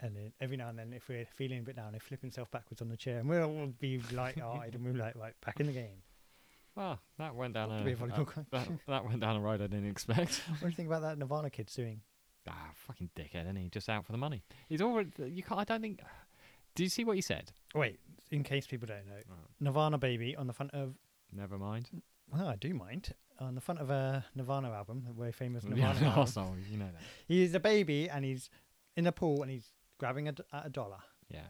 Speaker 1: And then every now and then, if we're feeling a bit down, he flip himself backwards on the chair, and we'll all be light-hearted, and we're like, right, back in the game.
Speaker 2: Well, that went down
Speaker 1: Ought
Speaker 2: a,
Speaker 1: to be a volleyball
Speaker 2: uh,
Speaker 1: coach.
Speaker 2: that, that went down a road I didn't expect.
Speaker 1: What do you think about that Nirvana kid suing?
Speaker 2: ah, fucking dickhead, isn't he? Just out for the money. He's already. You can't. I don't think. Do you see what he said?
Speaker 1: Wait, in case people don't know,
Speaker 2: Right.
Speaker 1: Nirvana Baby on the front of
Speaker 2: Never mind.
Speaker 1: well, I do mind on the front of a Nirvana album, a very famous Nirvana
Speaker 2: Yeah,
Speaker 1: album.
Speaker 2: arsehole, you know that.
Speaker 1: He's a baby and he's in a pool and he's grabbing a d at a dollar.
Speaker 2: Yeah,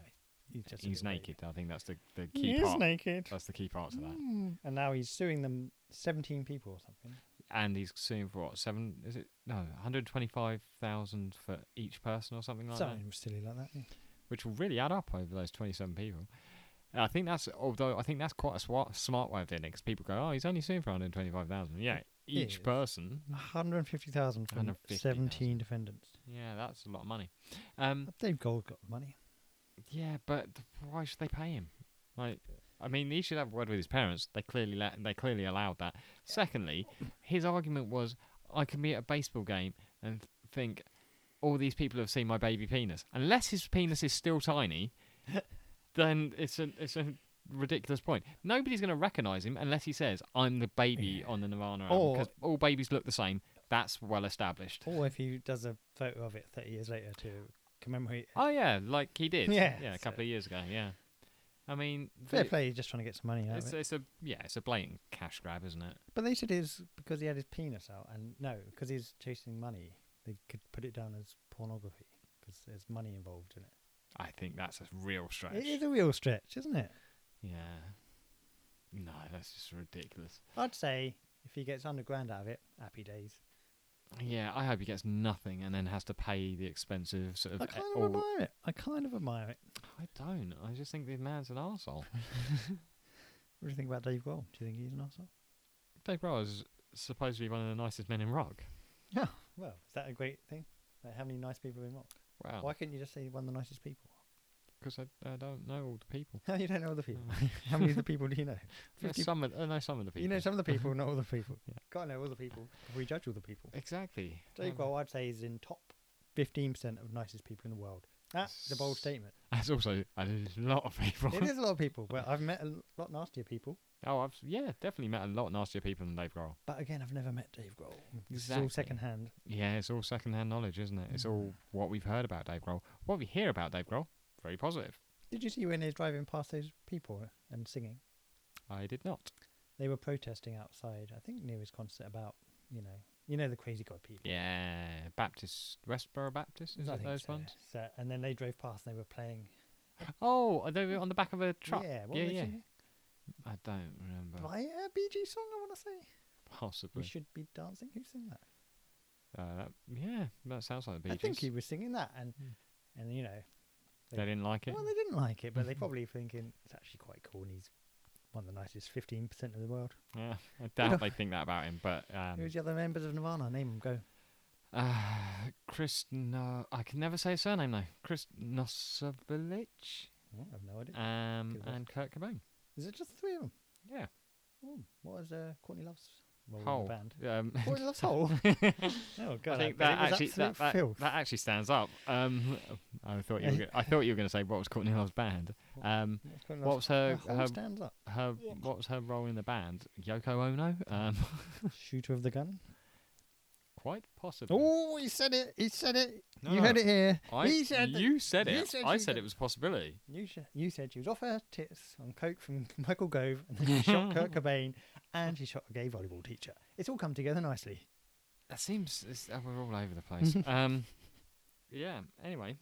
Speaker 1: He's just a
Speaker 2: he's
Speaker 1: little baby.
Speaker 2: naked. I think that's the the
Speaker 1: He
Speaker 2: key
Speaker 1: is
Speaker 2: part.
Speaker 1: naked.
Speaker 2: That's the key part to that.
Speaker 1: Mm. And now he's suing them, seventeen people or something.
Speaker 2: And he's suing for what? Seven? Is it no? One hundred twenty-five thousand for each person or something like that.
Speaker 1: something silly like that. yeah.
Speaker 2: which will really add up over those 27 people. And I think that's although I think that's quite a smart, smart way of doing it because people go, oh, he's only suing for 125,000. Yeah, each
Speaker 1: is.
Speaker 2: person.
Speaker 1: One hundred fifty thousand Hmm. from
Speaker 2: 150,000.
Speaker 1: seventeen defendants.
Speaker 2: Yeah, that's a lot of money. Um,
Speaker 1: Dave Gold got the money.
Speaker 2: yeah, but why should they pay him? Like, I mean, he should have a word with his parents. They clearly let, they clearly allowed that. Secondly, his argument was, I can be at a baseball game and th- think all these people have seen my baby penis. Unless his penis is still tiny, then it's a it's a ridiculous point. Nobody's going to recognise him unless he says, "I'm the baby on the Nirvana album,"
Speaker 1: Or-
Speaker 2: because all babies look the same. That's well established.
Speaker 1: Or if he does a photo of it 30 years later to commemorate.
Speaker 2: Oh yeah, like he did.
Speaker 1: Yeah,
Speaker 2: yeah, a
Speaker 1: so-
Speaker 2: couple of years ago. Yeah, I mean,
Speaker 1: Fair
Speaker 2: the-
Speaker 1: play, he's just trying to get some money out
Speaker 2: It's,
Speaker 1: of it.
Speaker 2: it's a yeah, it's a blatant cash grab, isn't it?
Speaker 1: But they said it's because he had his penis out, and no, because he's chasing money. They could put it down as pornography because there's money involved in it.
Speaker 2: I think that's a real stretch.
Speaker 1: It is a real stretch, isn't it?
Speaker 2: Yeah. No, that's just ridiculous.
Speaker 1: I'd say if he gets under grand out of it, happy days.
Speaker 2: Yeah, I hope he gets nothing and then has to pay the expensive sort of.
Speaker 1: I
Speaker 2: e-
Speaker 1: kind of
Speaker 2: all-
Speaker 1: admire it. I kind of admire it.
Speaker 2: I don't. I just think the man's an arsehole.
Speaker 1: What do you think about Dave Grohl? Do you think he's an asshole?
Speaker 2: Dave Grohl is supposedly one of the nicest men in rock.
Speaker 1: Yeah. Well, is that a great thing? Like, how many nice people are in rock? Why
Speaker 2: Wow.
Speaker 1: couldn't you just say one of the nicest people?
Speaker 2: Because I, I don't know all the people.
Speaker 1: No, you don't know all the people. how many of the people do you know?
Speaker 2: Yeah,
Speaker 1: 50
Speaker 2: some of, I know some of the people.
Speaker 1: You know some of the people, not all the people.
Speaker 2: Yeah.
Speaker 1: Gotta know all the people before we judge all the people.
Speaker 2: Exactly.
Speaker 1: Dave
Speaker 2: Um,
Speaker 1: Grohl, I'd say, is in top 15% of nicest people in the world. That's a bold
Speaker 2: S-
Speaker 1: statement.
Speaker 2: That's also a lot of people.
Speaker 1: it is a lot of people, but I've met a l- lot nastier people.
Speaker 2: Oh, I've, yeah, definitely met a lot nastier people than Dave Grohl.
Speaker 1: But again, I've never met Dave Grohl. It's all
Speaker 2: Exactly.
Speaker 1: secondhand.
Speaker 2: Yeah, it's all secondhand knowledge, isn't it? It's
Speaker 1: Mm.
Speaker 2: all what we've heard about Dave Grohl. What we hear about Dave Grohl, very positive.
Speaker 1: Did you see when he was driving past those people and singing?
Speaker 2: I did not.
Speaker 1: They were protesting outside, I think near his concert, about, you know, you know the crazy god people.
Speaker 2: Yeah, Baptist, Westboro Baptist,
Speaker 1: I
Speaker 2: is that
Speaker 1: think
Speaker 2: those
Speaker 1: so.
Speaker 2: ones?
Speaker 1: So, and then they drove past and they were playing.
Speaker 2: Oh, are they on the back of a truck?
Speaker 1: Yeah, what
Speaker 2: yeah,
Speaker 1: were they
Speaker 2: yeah.
Speaker 1: singing?
Speaker 2: I don't remember.
Speaker 1: Like a Bee Gees song, I want to say. We
Speaker 2: Possibly.
Speaker 1: should be dancing. Who sang that?
Speaker 2: Uh, that, yeah, that sounds like the Bee
Speaker 1: I think
Speaker 2: Gees.
Speaker 1: he was singing that, and
Speaker 2: Mm.
Speaker 1: and you know,
Speaker 2: They didn't like it.
Speaker 1: well, they didn't like it, but they probably thinking it's actually quite cool, and he's one of the nicest fifteen percent of the world.
Speaker 2: Yeah, I doubt they think that about him. But um,
Speaker 1: Who's the other members of Nirvana? Name them. Go.
Speaker 2: Uh, Chris, no, I can never say his surname though. Chris Nosovich,
Speaker 1: Oh, I have no idea.
Speaker 2: um,
Speaker 1: Good
Speaker 2: and Kurt Cobain.
Speaker 1: Is it just the three of them?
Speaker 2: Yeah,
Speaker 1: Oh, what is uh, Courtney Love's role in
Speaker 2: Hole.
Speaker 1: the band?
Speaker 2: Um,
Speaker 1: Courtney Love's hole. oh god,
Speaker 2: I think
Speaker 1: bet it
Speaker 2: that
Speaker 1: was
Speaker 2: actually
Speaker 1: absolute
Speaker 2: that, that,
Speaker 1: filth.
Speaker 2: that actually stands up. Um, I thought you were gonna, I thought you were going to say what was Courtney Love's band. Um,
Speaker 1: What's Courtney
Speaker 2: what
Speaker 1: Love's-
Speaker 2: was her
Speaker 1: her hole
Speaker 2: her,
Speaker 1: stands up.
Speaker 2: her what was her role in the band? Yoko Ono. Um,
Speaker 1: Shooter of the gun.
Speaker 2: quite possibly.
Speaker 1: Oh, he said it. He said it.
Speaker 2: No,
Speaker 1: you
Speaker 2: no,
Speaker 1: heard it here.
Speaker 2: I,
Speaker 1: he said that-
Speaker 2: you said
Speaker 1: you
Speaker 2: it.
Speaker 1: said
Speaker 2: I
Speaker 1: you
Speaker 2: said
Speaker 1: did.
Speaker 2: it was a possibility.
Speaker 1: You, sh- you said she was off her tits on coke from Michael Gove, and then she shot Kurt Cobain, and she shot a gay volleyball teacher. It's all come together nicely.
Speaker 2: That seems it's, uh, we're all over the place. um, yeah. Anyway,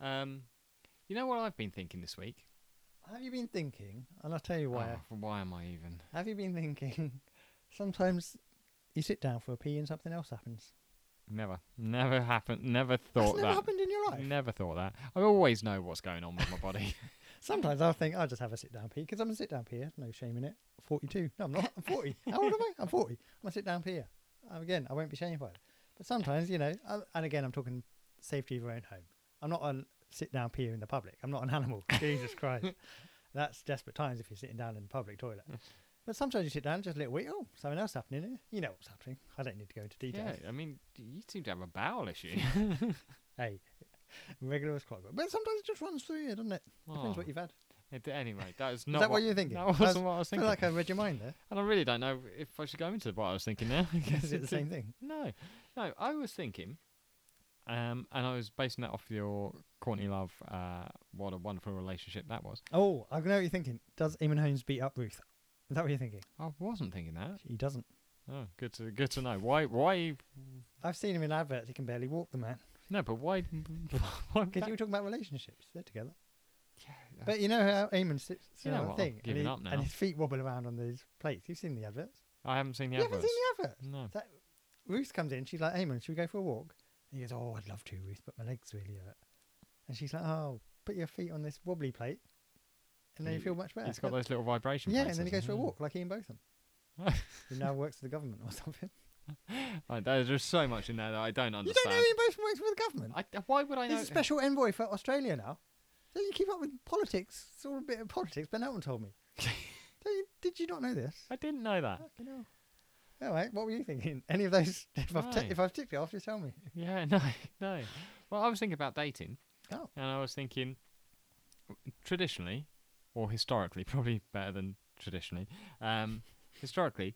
Speaker 2: um, you know what I've been thinking this week?
Speaker 1: Have you been thinking? And I'll tell you why.
Speaker 2: Oh, why am I even?
Speaker 1: Have you been thinking? Sometimes you sit down for a pee and something else happens.
Speaker 2: Never, never happened. Never
Speaker 1: That's
Speaker 2: thought
Speaker 1: never
Speaker 2: that.
Speaker 1: happened in your life.
Speaker 2: Never thought that. I always know what's going on with my body.
Speaker 1: Sometimes I'll think I'll just have a sit down pee because I'm a sit down peer. No shame in it. 42. No, I'm not. I'm 40. How old am I? I'm 40. I'm a sit down peer. Um, again, I won't be shamed by it. But sometimes, you know, I, and again, I'm talking safety of your own home. I'm not a sit down peer in the public. I'm not an animal. Jesus Christ. That's desperate times if you're sitting down in the public toilet. But sometimes you sit down, just a little wait. Oh, something else happening here. You know what's happening. I don't need to go into detail.
Speaker 2: yeah, I mean, d- you seem to have a bowel issue.
Speaker 1: Hey, regular as clockwork. But sometimes it just runs through you, doesn't it? Depends
Speaker 2: Oh,
Speaker 1: what you've had.
Speaker 2: it- anyway, that is not
Speaker 1: that what
Speaker 2: what
Speaker 1: you're thinking?
Speaker 2: That
Speaker 1: That's-
Speaker 2: wasn't what I
Speaker 1: I
Speaker 2: was thinking.
Speaker 1: feel like I read your mind there.
Speaker 2: and I really don't know if I should go into what I was thinking now.
Speaker 1: Is it the same thing?
Speaker 2: No, no. I was thinking, um, and I was basing that off your Courtney Love. Uh, what a wonderful relationship that was.
Speaker 1: Oh, I know what you're thinking. Does Eamon Holmes beat up Ruth? Is that what you're thinking?
Speaker 2: I wasn't thinking that.
Speaker 1: He doesn't.
Speaker 2: Oh, good to good to know. Why why?
Speaker 1: I've seen him in adverts. He can barely walk, the man.
Speaker 2: No, but why? why
Speaker 1: Because
Speaker 2: that-
Speaker 1: you were talking about relationships. They're together.
Speaker 2: Yeah,
Speaker 1: But you know how Eamon sits
Speaker 2: You know
Speaker 1: on the
Speaker 2: what, I'm
Speaker 1: thing and,
Speaker 2: giving
Speaker 1: he-
Speaker 2: up now.
Speaker 1: and his feet wobble around on these plates. You've seen the adverts.
Speaker 2: I haven't seen the
Speaker 1: you haven't
Speaker 2: adverts.
Speaker 1: seen the advert.
Speaker 2: No.
Speaker 1: That, Ruth comes in. She's like, Eamon, should we go for a walk? And he goes, Oh, I'd love to, Ruth, but my legs really hurt. And she's like, Oh, put your feet on this wobbly plate and then you
Speaker 2: He-
Speaker 1: feel much better.
Speaker 2: He's got
Speaker 1: And-
Speaker 2: those little vibration.
Speaker 1: yeah, and
Speaker 2: places,
Speaker 1: then he goes for a
Speaker 2: yeah.
Speaker 1: walk like Ian Botham, who now works for the government or something.
Speaker 2: Like, there's just so much in there that I don't
Speaker 1: You
Speaker 2: understand.
Speaker 1: don't know Ian Botham works for the government?
Speaker 2: I, why would I know?
Speaker 1: He's a special envoy for Australia now. So you keep up with politics. It's all a bit of politics. Ben Elton told me. Don't you- Did you not know this?
Speaker 2: I didn't know that.
Speaker 1: Fucking hell. All right, what were you thinking? Any of those? If I've,
Speaker 2: No.
Speaker 1: t- if I've ticked it off, just tell me.
Speaker 2: Yeah, no, no. Well, I was thinking about dating.
Speaker 1: Oh.
Speaker 2: And I was thinking, traditionally, or historically, probably better than traditionally. Um, historically,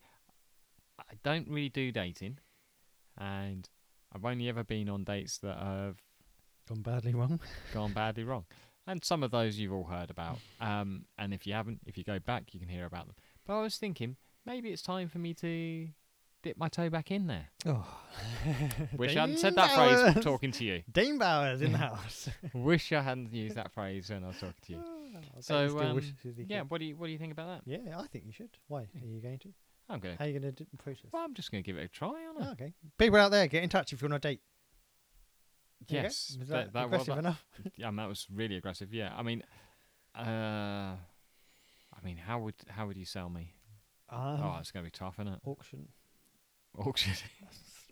Speaker 2: I don't really do dating, and I've only ever been on dates that have
Speaker 1: Gone badly wrong.
Speaker 2: gone badly wrong. And some of those you've all heard about. Um, and if you haven't, if you go back, you can hear about them. But I was thinking, maybe it's time for me to dip my toe back in there.
Speaker 1: Oh.
Speaker 2: Wish I hadn't said that phrase
Speaker 1: Dean
Speaker 2: for talking to you.
Speaker 1: Dean Bowers in the house. Ah,
Speaker 2: Wish I hadn't used that phrase when I was talking to you. So, um, Yeah,
Speaker 1: yeah,
Speaker 2: what do you what do you think about that?
Speaker 1: yeah, I think you should. Why are you going to?
Speaker 2: I'm gonna
Speaker 1: How are you going to approach this?
Speaker 2: well, I'm just gonna give it a try, aren't I?
Speaker 1: Oh, okay, people out there, get in touch if you want to date. There you go.
Speaker 2: yes,
Speaker 1: Was
Speaker 2: that, that was
Speaker 1: aggressive enough.
Speaker 2: yeah, and that was really aggressive. Yeah, I mean, uh, I mean, how would how would you sell me?
Speaker 1: Um,
Speaker 2: oh, it's gonna be tough, isn't it?
Speaker 1: Auction,
Speaker 2: Auction,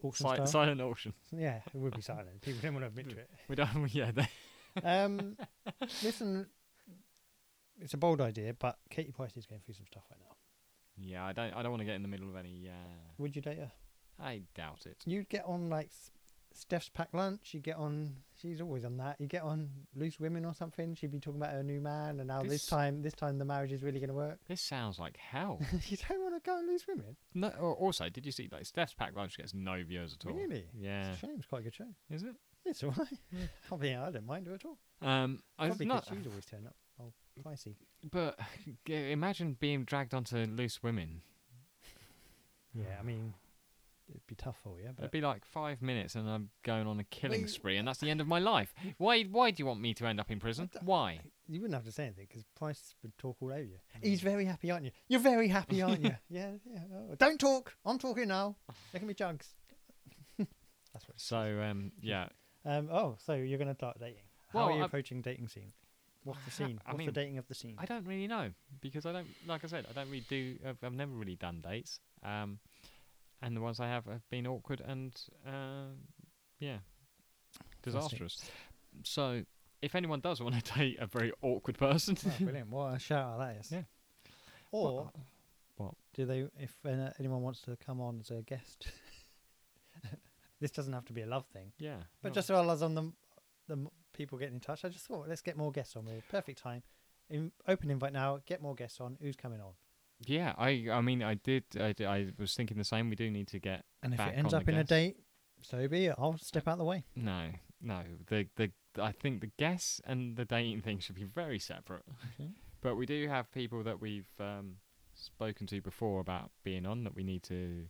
Speaker 1: auction
Speaker 2: Si-
Speaker 1: style.
Speaker 2: silent auction.
Speaker 1: Yeah, it would be silent. People didn't want to admit to it.
Speaker 2: We don't, yeah, they-
Speaker 1: Um, listen, it's a bold idea, but Katie Price is going through some stuff right now.
Speaker 2: yeah. I don't, I don't want to get in the middle of any. Uh,
Speaker 1: Would you date her?
Speaker 2: I doubt it.
Speaker 1: You'd get on like S- Steph's packed lunch. You get on. She's always on that. You get on Loose Women or something. She'd be talking about her new man and how this,
Speaker 2: This-
Speaker 1: time, this time the marriage is really going to work.
Speaker 2: This sounds like hell.
Speaker 1: you don't want to go on Loose Women.
Speaker 2: no, or also, did you see like Steph's pack lunch gets no viewers at all?
Speaker 1: Really?
Speaker 2: Yeah,
Speaker 1: It's a shame. It's quite a good show.
Speaker 2: is it?
Speaker 1: It's all right. I mean, I don't mind her at all.
Speaker 2: Um, I was
Speaker 1: Probably because
Speaker 2: not.
Speaker 1: she'd always turn up. Oh, pricey.
Speaker 2: But g- imagine being dragged onto loose women.
Speaker 1: Yeah, I mean, it'd be tough for you,
Speaker 2: It'd
Speaker 1: but
Speaker 2: be like five minutes, and I'm going on a killing
Speaker 1: Well, you-
Speaker 2: spree, and that's the end of my life. Why? Why do you want me to end up in prison?
Speaker 1: d-
Speaker 2: Why?
Speaker 1: you wouldn't have to say anything because Price would talk all over you. He's very happy, aren't you? You're very happy, aren't you? Yeah, yeah. oh, Don't talk. I'm talking now. There can be jugs. That's what.
Speaker 2: So um, yeah,
Speaker 1: Um, oh, so you're going to start dating. How
Speaker 2: Well,
Speaker 1: are you
Speaker 2: I-
Speaker 1: approaching dating scene? What's the
Speaker 2: Ha-
Speaker 1: scene?
Speaker 2: I
Speaker 1: What's the
Speaker 2: mean,
Speaker 1: dating of the scene?
Speaker 2: I don't really know because I don't. Like I said, I don't really do. I've, I've never really done dates. Um, and the ones I have have been awkward and uh, yeah, disastrous. So if anyone does want to date a very awkward person,
Speaker 1: Oh, brilliant. What a shout out that is.
Speaker 2: Yeah.
Speaker 1: Or
Speaker 2: What?
Speaker 1: do they? If uh, anyone wants to come on as a guest, this doesn't have to be a love thing.
Speaker 2: yeah,
Speaker 1: But
Speaker 2: no.
Speaker 1: just while I was on the, the m- people getting in touch, I just thought, let's get more guests on. We're perfect time. In, open invite now. Get more guests on. Who's coming on?
Speaker 2: Yeah, I I mean I did I, d- I was thinking the same. We do need to get
Speaker 1: And if
Speaker 2: Back
Speaker 1: it ends
Speaker 2: on
Speaker 1: up
Speaker 2: the
Speaker 1: in a
Speaker 2: guest.
Speaker 1: date, so be it. I'll step out of the way.
Speaker 2: no no the the I think the guess and the dating thing should be very separate.
Speaker 1: Okay.
Speaker 2: but we do have people that we've um, spoken to before about being on that we need to.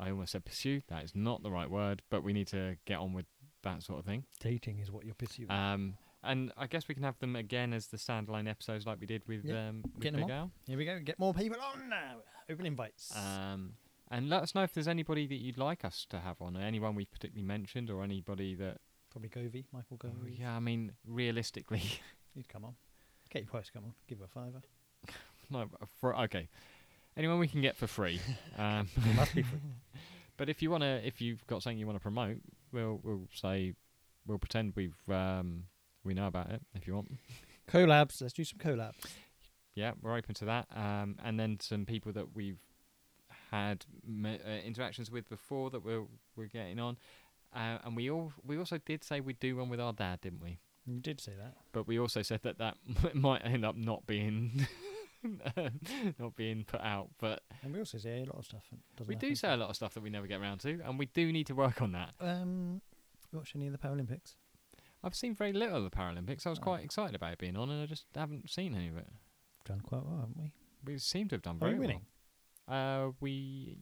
Speaker 2: I almost said pursue. That is not the right word, but we need to get on with that sort of thing.
Speaker 1: Dating is what you're pursuing.
Speaker 2: Um, and I guess we can have them again as the standalone episodes, like we did with
Speaker 1: Yeah,
Speaker 2: um with
Speaker 1: get 'em
Speaker 2: Big
Speaker 1: on.
Speaker 2: Al.
Speaker 1: Here we go. Get more people on now. Open invites.
Speaker 2: Um, and let us know if there's anybody that you'd like us to have on, or anyone we've particularly mentioned, or anybody that.
Speaker 1: Probably Govey, Michael
Speaker 2: Oh,
Speaker 1: Govey.
Speaker 2: yeah, I mean, realistically,
Speaker 1: He'd come on. Katie Price, come on. Give her a fiver.
Speaker 2: no. uh, For, okay, anyone we can get for free. Um,
Speaker 1: It must be free.
Speaker 2: but if you wanna, if you've got something you wanna promote, we'll we'll say, we'll pretend we've um, we know about it if you want.
Speaker 1: collabs. Let's do some collabs.
Speaker 2: Yeah, we're open to that. Um, and then some people that we've had me- uh, interactions with before that we're we're getting on. Uh, and we all we also did say we'd do one with our dad, didn't we?
Speaker 1: You did say that.
Speaker 2: But we also said that that might end up not being not being put out. But
Speaker 1: And we also say a lot of stuff. and doesn't
Speaker 2: we do
Speaker 1: happen.
Speaker 2: say a lot of stuff that we never get around to, and we do need to work on that.
Speaker 1: Um, you watch any of the Paralympics?
Speaker 2: I've seen very little of the Paralympics. I was
Speaker 1: Oh.
Speaker 2: quite excited about it being on, and I just haven't seen any of it.
Speaker 1: Done quite well, haven't we?
Speaker 2: We seem to have done
Speaker 1: Are we
Speaker 2: very
Speaker 1: winning?
Speaker 2: well. Uh, we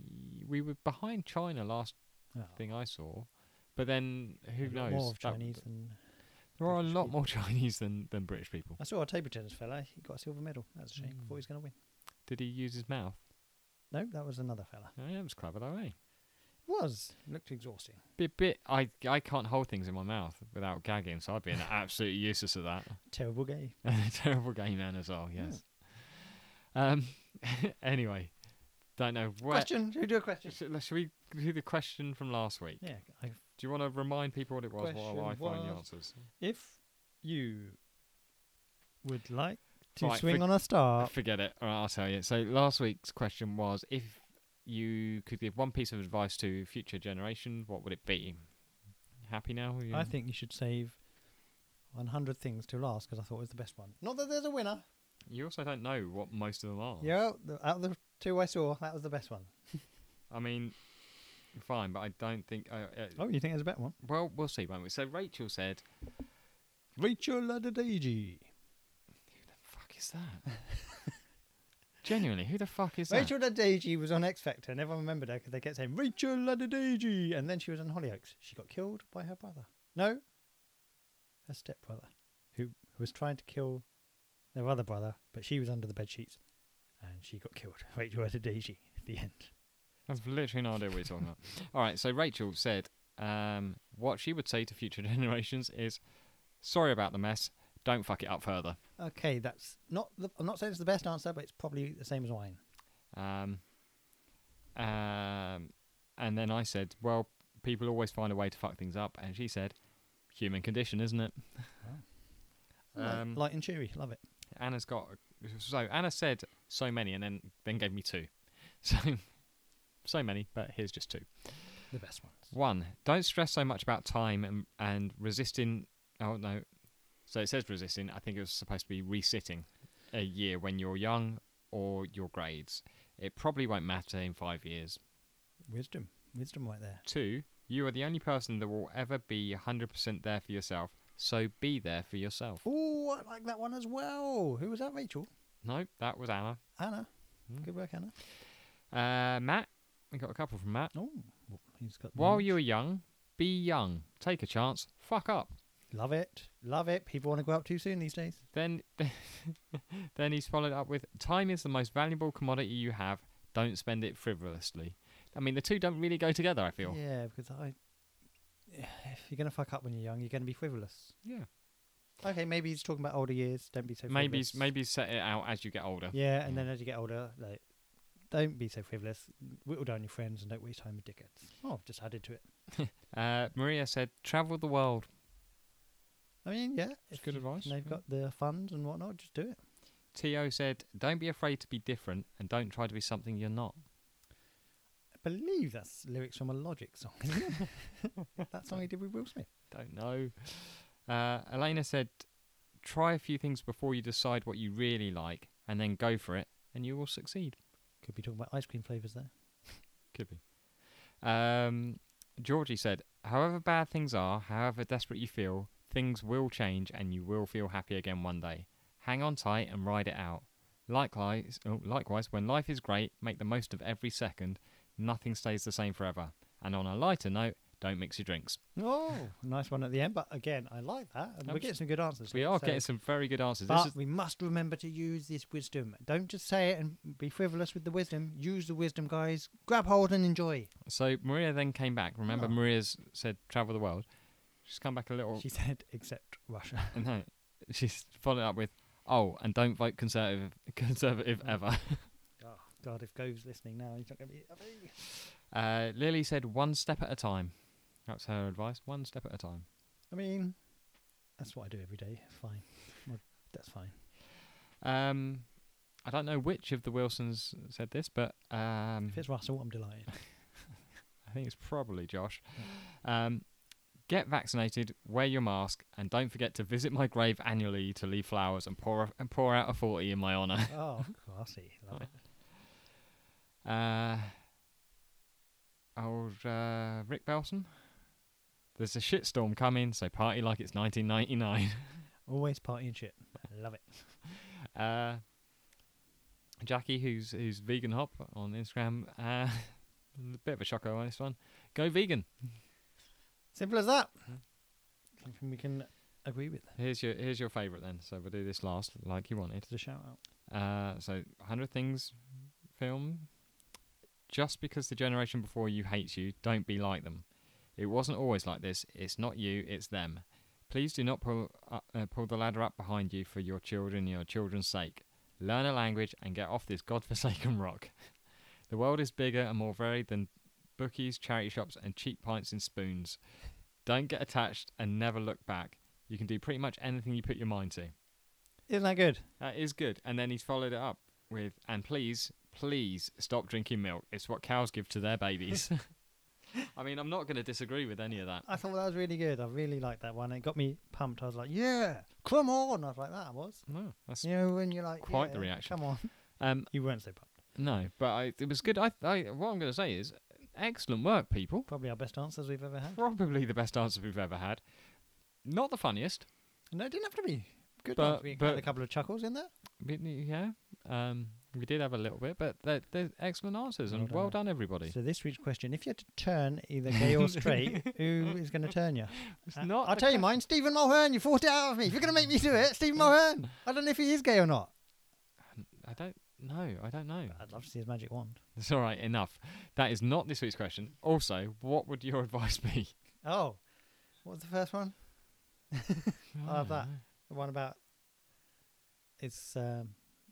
Speaker 2: we were behind China last
Speaker 1: Oh.
Speaker 2: thing I saw, but then
Speaker 1: A
Speaker 2: who
Speaker 1: lot
Speaker 2: knows?
Speaker 1: More of
Speaker 2: That-
Speaker 1: Chinese than
Speaker 2: there are a
Speaker 1: British
Speaker 2: lot
Speaker 1: people.
Speaker 2: more Chinese than than British people.
Speaker 1: I saw a table tennis fella. He got a silver medal. That's a shame.
Speaker 2: Mm.
Speaker 1: Thought he was going to win.
Speaker 2: Did he use his mouth? Uh,
Speaker 1: No, that was another fella.
Speaker 2: Yeah, that was clever though, eh?
Speaker 1: Was looked exhausting.
Speaker 2: Bit bit. I I can't hold things in my mouth without gagging, so I'd be an absolutely useless at that.
Speaker 1: Terrible game.
Speaker 2: And a terrible game man as well. Yes. Um. anyway, don't know where.
Speaker 1: Question. Should we do a question?
Speaker 2: Should, should we do the question from last week?
Speaker 1: Yeah. I,
Speaker 2: Do you want to remind people what it was while I
Speaker 1: Question
Speaker 2: find the
Speaker 1: was-
Speaker 2: answers?
Speaker 1: if you would like to
Speaker 2: Right,
Speaker 1: swing
Speaker 2: for-
Speaker 1: on a star.
Speaker 2: Forget it. All right, I'll tell you. So last week's question was if you could give one piece of advice to future generations, what would it be? Happy now? You-
Speaker 1: I think you should save 100 things to last because I thought it was the best one. Not that there's a winner.
Speaker 2: You also don't know what most of them are.
Speaker 1: Yeah, the- out of the two I saw, that was the best one.
Speaker 2: I mean, fine, but I don't think. Uh, uh,
Speaker 1: Oh, you think there's a better one?
Speaker 2: Well, we'll see, won't we? So Rachel said,
Speaker 1: Rachel Ladedeji.
Speaker 2: "Fuck is that?" Genuinely, who the fuck is
Speaker 1: Rachel Ladedeji was on X Factor and everyone remembered her because they kept saying, Rachel Ladedeji. And then she was on Hollyoaks. She got killed by her brother. No, her stepbrother, who, who was trying to kill their other brother, but she was under the bed sheets and she got killed. Rachel Ladedeji at the end.
Speaker 2: that? I've literally no idea what you're talking about. All right, so Rachel said, um, "What she would say to future generations is, sorry about the mess. Don't fuck it up further."
Speaker 1: Okay, that's not. The, I'm not saying it's the best answer, but it's probably the same as mine.
Speaker 2: Um, um, and then I said, "Well, people always find a way to fuck things up," and she said, "Human condition, isn't it?"
Speaker 1: Light,
Speaker 2: Um,
Speaker 1: light and cheery, love it.
Speaker 2: Anna's got so Anna said so many, and then then gave me two, so so many, but here's just two.
Speaker 1: The best ones.
Speaker 2: One, don't stress so much about time and and resisting. Oh no, so it says resisting. I think it was supposed to be resitting a year when you're young or your grades. It probably won't matter in five years.
Speaker 1: Wisdom, wisdom, right there.
Speaker 2: Two, you are the only person that will ever be 100% there for yourself, so be there for yourself.
Speaker 1: Oh, I like that one as well. Who was that? Rachel,
Speaker 2: No, that was Anna.
Speaker 1: Anna.
Speaker 2: Hmm.
Speaker 1: Good work, Anna.
Speaker 2: Uh, Matt, we got a couple from Matt.
Speaker 1: Oh, well, he's got. the
Speaker 2: While
Speaker 1: knowledge.
Speaker 2: you are young, be young. Take a chance. Fuck up.
Speaker 1: love it, love it. People want to go out too soon these days.
Speaker 2: Then, then he's followed up with, "Time is the most valuable commodity you have. Don't spend it frivolously." I mean, the two don't really go together. I feel.
Speaker 1: Yeah, because I. If you're gonna fuck up when you're young, you're gonna be frivolous.
Speaker 2: Yeah.
Speaker 1: Okay, maybe he's talking about older years. Don't be so.
Speaker 2: Maybe
Speaker 1: frivolous.
Speaker 2: maybe set it out as you get older.
Speaker 1: Yeah, and
Speaker 2: Yeah.
Speaker 1: then as you get older, like, don't be so frivolous. Whittle down your friends and don't waste time with dickheads. Oh, I've just added to it.
Speaker 2: Uh, Maria said, "Travel the world."
Speaker 1: I mean, yeah,
Speaker 2: It's
Speaker 1: if
Speaker 2: good
Speaker 1: you-
Speaker 2: advice,
Speaker 1: and They've
Speaker 2: yeah.
Speaker 1: got the funds and whatnot. Just do it.
Speaker 2: To said, "Don't be afraid to be different, and don't try to be something you're not."
Speaker 1: I believe that's lyrics from a Logic song. Isn't it? that song he did with Will Smith.
Speaker 2: Don't know. Uh, Elena said, "Try a few things before you decide what you really like, and then go for it, and you will succeed."
Speaker 1: Could be talking about ice cream flavors there.
Speaker 2: Could be. Um, Georgie said, however bad things are, however desperate you feel, things will change and you will feel happy again one day. Hang on tight and ride it out. Likewise, oh, likewise, when life is great, make the most of every second. Nothing stays the same forever. And on a lighter note, don't mix your drinks.
Speaker 1: Oh, nice one at the end. But again, I like that, and we're
Speaker 2: Abs-
Speaker 1: getting some good answers.
Speaker 2: We
Speaker 1: here,
Speaker 2: are
Speaker 1: so-
Speaker 2: getting some very good answers. This
Speaker 1: But
Speaker 2: is,
Speaker 1: we must remember to use this wisdom. Don't just say it and be frivolous with the wisdom. Use the wisdom, guys. Grab hold and enjoy.
Speaker 2: so Maria then came back. Remember,
Speaker 1: Oh.
Speaker 2: Maria's said travel the world. She's come back a little.
Speaker 1: She said, except Russia.
Speaker 2: No, she's followed up with, "Oh, and don't vote conservative, conservative ever."
Speaker 1: Oh God, if Gove's listening now, he's not going to be happy.
Speaker 2: Uh, Lily said, "One step at a time." That's her advice. One step at a time.
Speaker 1: I mean, that's what I do every day. It's fine. Well, that's fine.
Speaker 2: Um, I don't know which of the Wilsons said this, but um,
Speaker 1: If it's Russell, I'm delighted.
Speaker 2: I think it's probably Josh. Um, get vaccinated, wear your mask, and don't forget to visit my grave annually to leave flowers and pour a, and pour out a forty in my honour.
Speaker 1: oh, classy. Love it.
Speaker 2: Uh, old uh, Rick Belson. There's a shitstorm coming, so party like it's 1999.
Speaker 1: Always partying shit. Love it.
Speaker 2: Uh, Jackie, who's who's vegan hop on Instagram, uh, a bit of a shocker on this one. Go vegan.
Speaker 1: Simple as that.
Speaker 2: Mm-hmm.
Speaker 1: Something we can agree with.
Speaker 2: Here's your here's your favourite then. So we'll do this last, like you wanted.
Speaker 1: Just a shout out.
Speaker 2: Uh, so 100 Things film. Just because the generation before you hates you, don't be like them. It wasn't always like this. It's not you, it's them. Please do not pull, uh, uh, pull the ladder up behind you for your children and your children's sake. Learn a language and get off this godforsaken rock. The world is bigger and more varied than bookies, charity shops, and cheap pints and spoons. Don't get attached and never look back. You can do pretty much anything you put your mind to.
Speaker 1: Isn't that good?
Speaker 2: That is good. And then he's followed it up with, and please, please stop drinking milk. It's what cows give to their babies. I mean, I'm not going to disagree with any of that.
Speaker 1: I thought that was really good. I really liked that one. It got me pumped. I was like, yeah, come on. I was like, that was.
Speaker 2: No, that's
Speaker 1: You know, when you're like,
Speaker 2: Quite the
Speaker 1: "Yeah,
Speaker 2: reaction.
Speaker 1: Come on.
Speaker 2: um,
Speaker 1: You weren't so pumped.
Speaker 2: no, but I, it was good. I, I, what I'm going to say is, excellent work, people.
Speaker 1: Probably our best answers we've ever had.
Speaker 2: Probably the best answer we've ever had. Not the funniest,
Speaker 1: No, it didn't have to be. Good
Speaker 2: But-
Speaker 1: ones. We had a
Speaker 2: but-
Speaker 1: couple of chuckles in there.
Speaker 2: but yeah. Um, we did have a little bit, but they're, they're excellent answers, and
Speaker 1: Well done,
Speaker 2: well
Speaker 1: mate.
Speaker 2: done, everybody.
Speaker 1: So this week's question: If you had to turn either gay or straight, who is going to turn you?
Speaker 2: It's
Speaker 1: Uh,
Speaker 2: not
Speaker 1: I'll
Speaker 2: a
Speaker 1: tell you mine. Stephen Mulhern. You forced it out of me. If you're going to make me do it, Stephen Mulhern. I don't know if he is gay or not.
Speaker 2: I don't know. I don't know.
Speaker 1: I'd love to see his magic wand.
Speaker 2: It's all right. Enough. That is not this week's question. Also, what would your advice be?
Speaker 1: Oh, what was the first one? I'll have that. The one about it's um,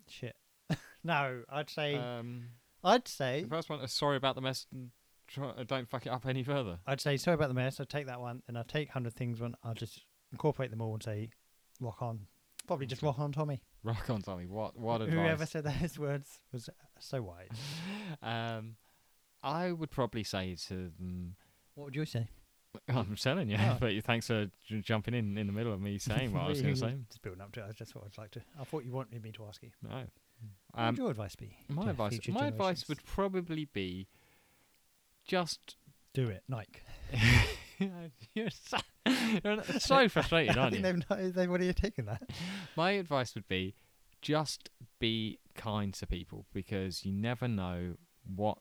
Speaker 1: shit. no, I'd say
Speaker 2: Um,
Speaker 1: I'd
Speaker 2: the
Speaker 1: say
Speaker 2: first one. Uh, sorry about the mess. and Try, uh, don't fuck it up any further.
Speaker 1: I'd say sorry about the mess. I'd take that one, and I'd take hundred things one. I'll just incorporate them all and say rock on. Probably just
Speaker 2: Okay.
Speaker 1: rock on, Tommy.
Speaker 2: Rock on, Tommy. What? What advice?
Speaker 1: Whoever said those words was so wise.
Speaker 2: Um, I would probably say to them.
Speaker 1: What would you say?
Speaker 2: I'm telling you,
Speaker 1: Oh.
Speaker 2: but you- thanks for j- jumping in in the middle of me saying what I was going to say.
Speaker 1: Just building up to it. That's what I'd like to. I thought you wanted me to ask you.
Speaker 2: No.
Speaker 1: What would
Speaker 2: Um,
Speaker 1: your advice be?
Speaker 2: my
Speaker 1: to
Speaker 2: advice,
Speaker 1: future
Speaker 2: my advice
Speaker 1: generations?
Speaker 2: would probably be, just
Speaker 1: do it, Nike.
Speaker 2: You're so, you're so frustrated,
Speaker 1: I
Speaker 2: aren't
Speaker 1: think
Speaker 2: you?
Speaker 1: they've, no- they've already taken that.
Speaker 2: My advice would be just be kind to people because you never know what